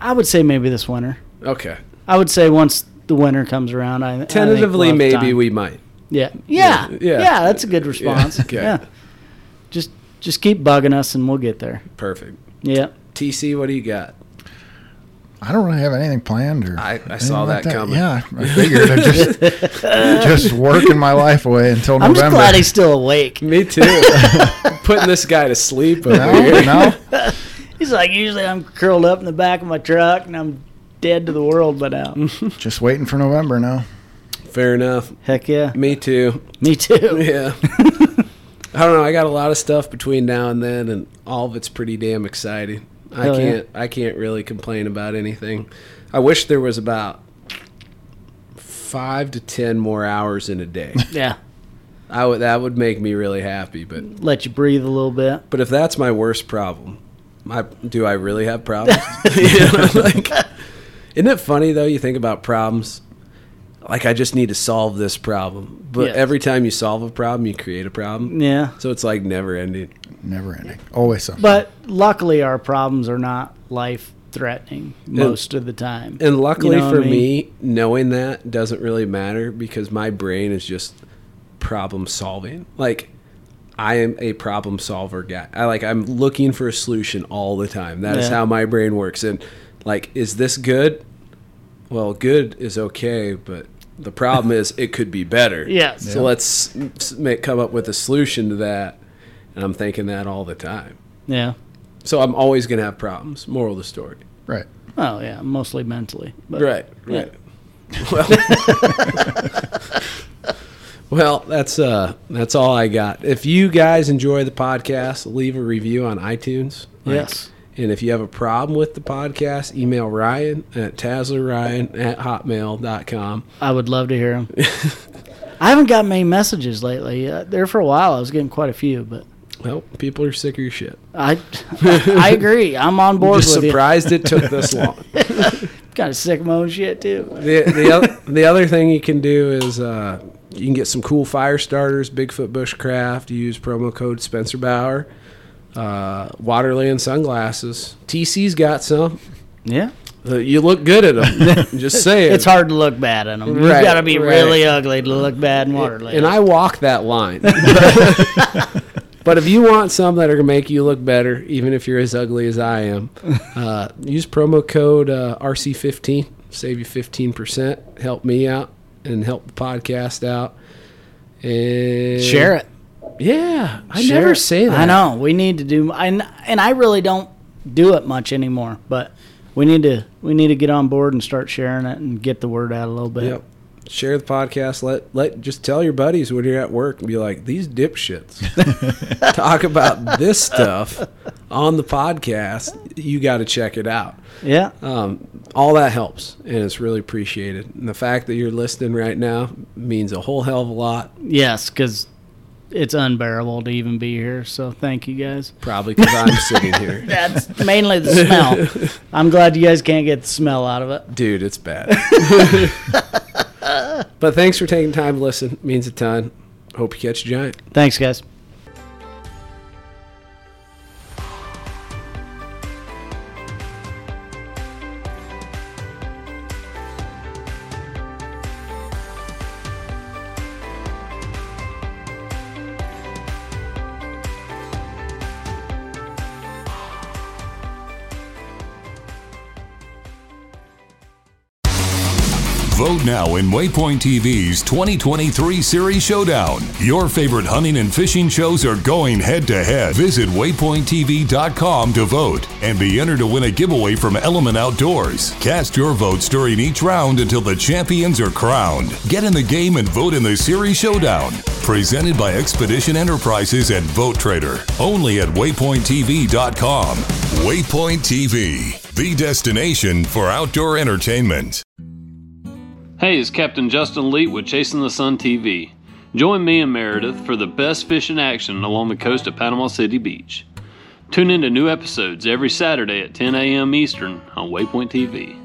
Speaker 2: I would say maybe this winter.
Speaker 1: Okay.
Speaker 2: I would say once the winter comes around, I I think we'll
Speaker 1: Tentatively,
Speaker 2: have
Speaker 1: maybe
Speaker 2: time.
Speaker 1: we might.
Speaker 2: Yeah. Yeah.
Speaker 1: Yeah.
Speaker 2: Yeah.
Speaker 1: Yeah.
Speaker 2: that's a good response. Yeah.
Speaker 1: Okay.
Speaker 2: Just just keep bugging us and we'll get there.
Speaker 1: Perfect.
Speaker 2: Yeah.
Speaker 1: TC, what do you got?
Speaker 3: I don't really have anything planned. Or
Speaker 1: I- I
Speaker 3: anything
Speaker 1: saw
Speaker 3: like
Speaker 1: that coming.
Speaker 3: Yeah, I figured I just just working my life away until
Speaker 2: I'm
Speaker 3: November.
Speaker 2: just glad he's still awake.
Speaker 1: Me too. Putting this guy to sleep over
Speaker 3: no,
Speaker 1: here.
Speaker 3: no.
Speaker 2: He's like, usually I'm curled up in the back of my truck and I'm dead to the world by now.
Speaker 3: Just waiting for November now.
Speaker 1: Fair enough.
Speaker 2: Heck yeah.
Speaker 1: Me too.
Speaker 2: Me too.
Speaker 1: Yeah. I don't know. I got a lot of stuff between now and then, and all of it's pretty damn exciting. I
Speaker 2: Hell yeah.
Speaker 1: can't. I can't really complain about anything. I wish there was about five to ten more hours in a day.
Speaker 2: Yeah.
Speaker 1: I would. That would make me really happy. But
Speaker 2: Let you breathe a little bit.
Speaker 1: but if that's my worst problem, my do I really have problems? You know, like, isn't it funny though? You think about problems. Like I just need to solve this problem, but
Speaker 2: Yes.
Speaker 1: every time you solve a problem, you create a problem.
Speaker 2: Yeah.
Speaker 1: So it's like never ending.
Speaker 3: Never ending. Always something.
Speaker 2: But luckily our problems are not life threatening most of the time.
Speaker 1: And luckily
Speaker 2: You know what
Speaker 1: for
Speaker 2: I mean?
Speaker 1: me, knowing that doesn't really matter because my brain is just problem solving. Like I am a problem solver guy. I like I'm looking for a solution all the time. That is
Speaker 2: Yeah.
Speaker 1: how my brain works. And like, is this good? Well, good is okay, but the problem is it could be better.
Speaker 2: Yes.
Speaker 1: So let's s- make, come up with a solution to that. And I'm thinking that all the time.
Speaker 2: Yeah.
Speaker 1: So I'm always going to have problems. Moral of the story.
Speaker 3: Right.
Speaker 2: Oh yeah, mostly mentally. But
Speaker 1: Right,
Speaker 2: Yeah.
Speaker 1: right. Well, well, that's uh, that's all I got. If you guys enjoy the podcast, leave a review on iTunes. Like,
Speaker 2: Yes.
Speaker 1: And if you have a problem with the podcast, email Ryan at TazlerRyan at hotmail.com.
Speaker 2: I would love to hear them. I haven't got many messages lately. Uh, there for a while, I was getting quite a few, but
Speaker 1: Well, people are sick of your shit.
Speaker 2: I, I agree. I'm on board
Speaker 1: Just
Speaker 2: with
Speaker 1: surprised it took this long.
Speaker 2: you. Kind of sick of my own shit too.
Speaker 1: the the, oth- the other thing you can do is uh, you can get some cool fire starters, Bigfoot Bushcraft. You use promo code Spencer Bauer, uh, Waterland sunglasses. TC's got some.
Speaker 2: Yeah,
Speaker 1: Uh, You look good at them. Just saying.
Speaker 2: it's hard to look bad in them.
Speaker 1: Right,
Speaker 2: you got to be
Speaker 1: right.
Speaker 2: really ugly to look bad in Waterloo.
Speaker 1: And I walk that line. but if you want some that are gonna make you look better, even if you're as ugly as I am, uh, use promo code uh, RC15. Save you 15%. Help me out and help the podcast out. And
Speaker 2: share it.
Speaker 1: Yeah, I
Speaker 2: Share
Speaker 1: never
Speaker 2: it.
Speaker 1: say that.
Speaker 2: I know we need to do, and and I really don't do it much anymore. But we need to we need to get on board and start sharing it and get the word out a little bit.
Speaker 1: Yep. Share the podcast. Let let just tell your buddies when you're at work and be like, these dipshits talk about this stuff on the podcast. You got to check it out.
Speaker 2: Yeah,
Speaker 1: Um, all that helps, and it's really appreciated. And the fact that you're listening right now means a whole hell of a lot.
Speaker 2: yes, because it's unbearable to even be here. So thank you guys.
Speaker 1: Probably because I'm sitting here,
Speaker 2: That's mainly the smell. I'm glad you guys can't get the smell out of it.
Speaker 1: dude. It's bad. but thanks for taking time to listen. It means a ton. Hope you catch a giant.
Speaker 2: Thanks, guys.
Speaker 4: Vote now in Waypoint TV's 2023 Series Showdown. Your favorite hunting and fishing shows are going head to head. Visit waypointtv.com to vote and be entered to win a giveaway from Element Outdoors. Cast your votes during each round until the champions are crowned. Get in the game and vote in the Series Showdown. Presented by Expedition Enterprises and Vote Trader. Only at waypointtv.com. Waypoint TV, the destination for outdoor entertainment.
Speaker 5: Hey, it's Captain Justin Leet with Chasing the Sun TV. Join me and Meredith for the best fishing action along the coast of Panama City Beach. Tune in to new episodes every Saturday at 10 a.m. Eastern on Waypoint TV.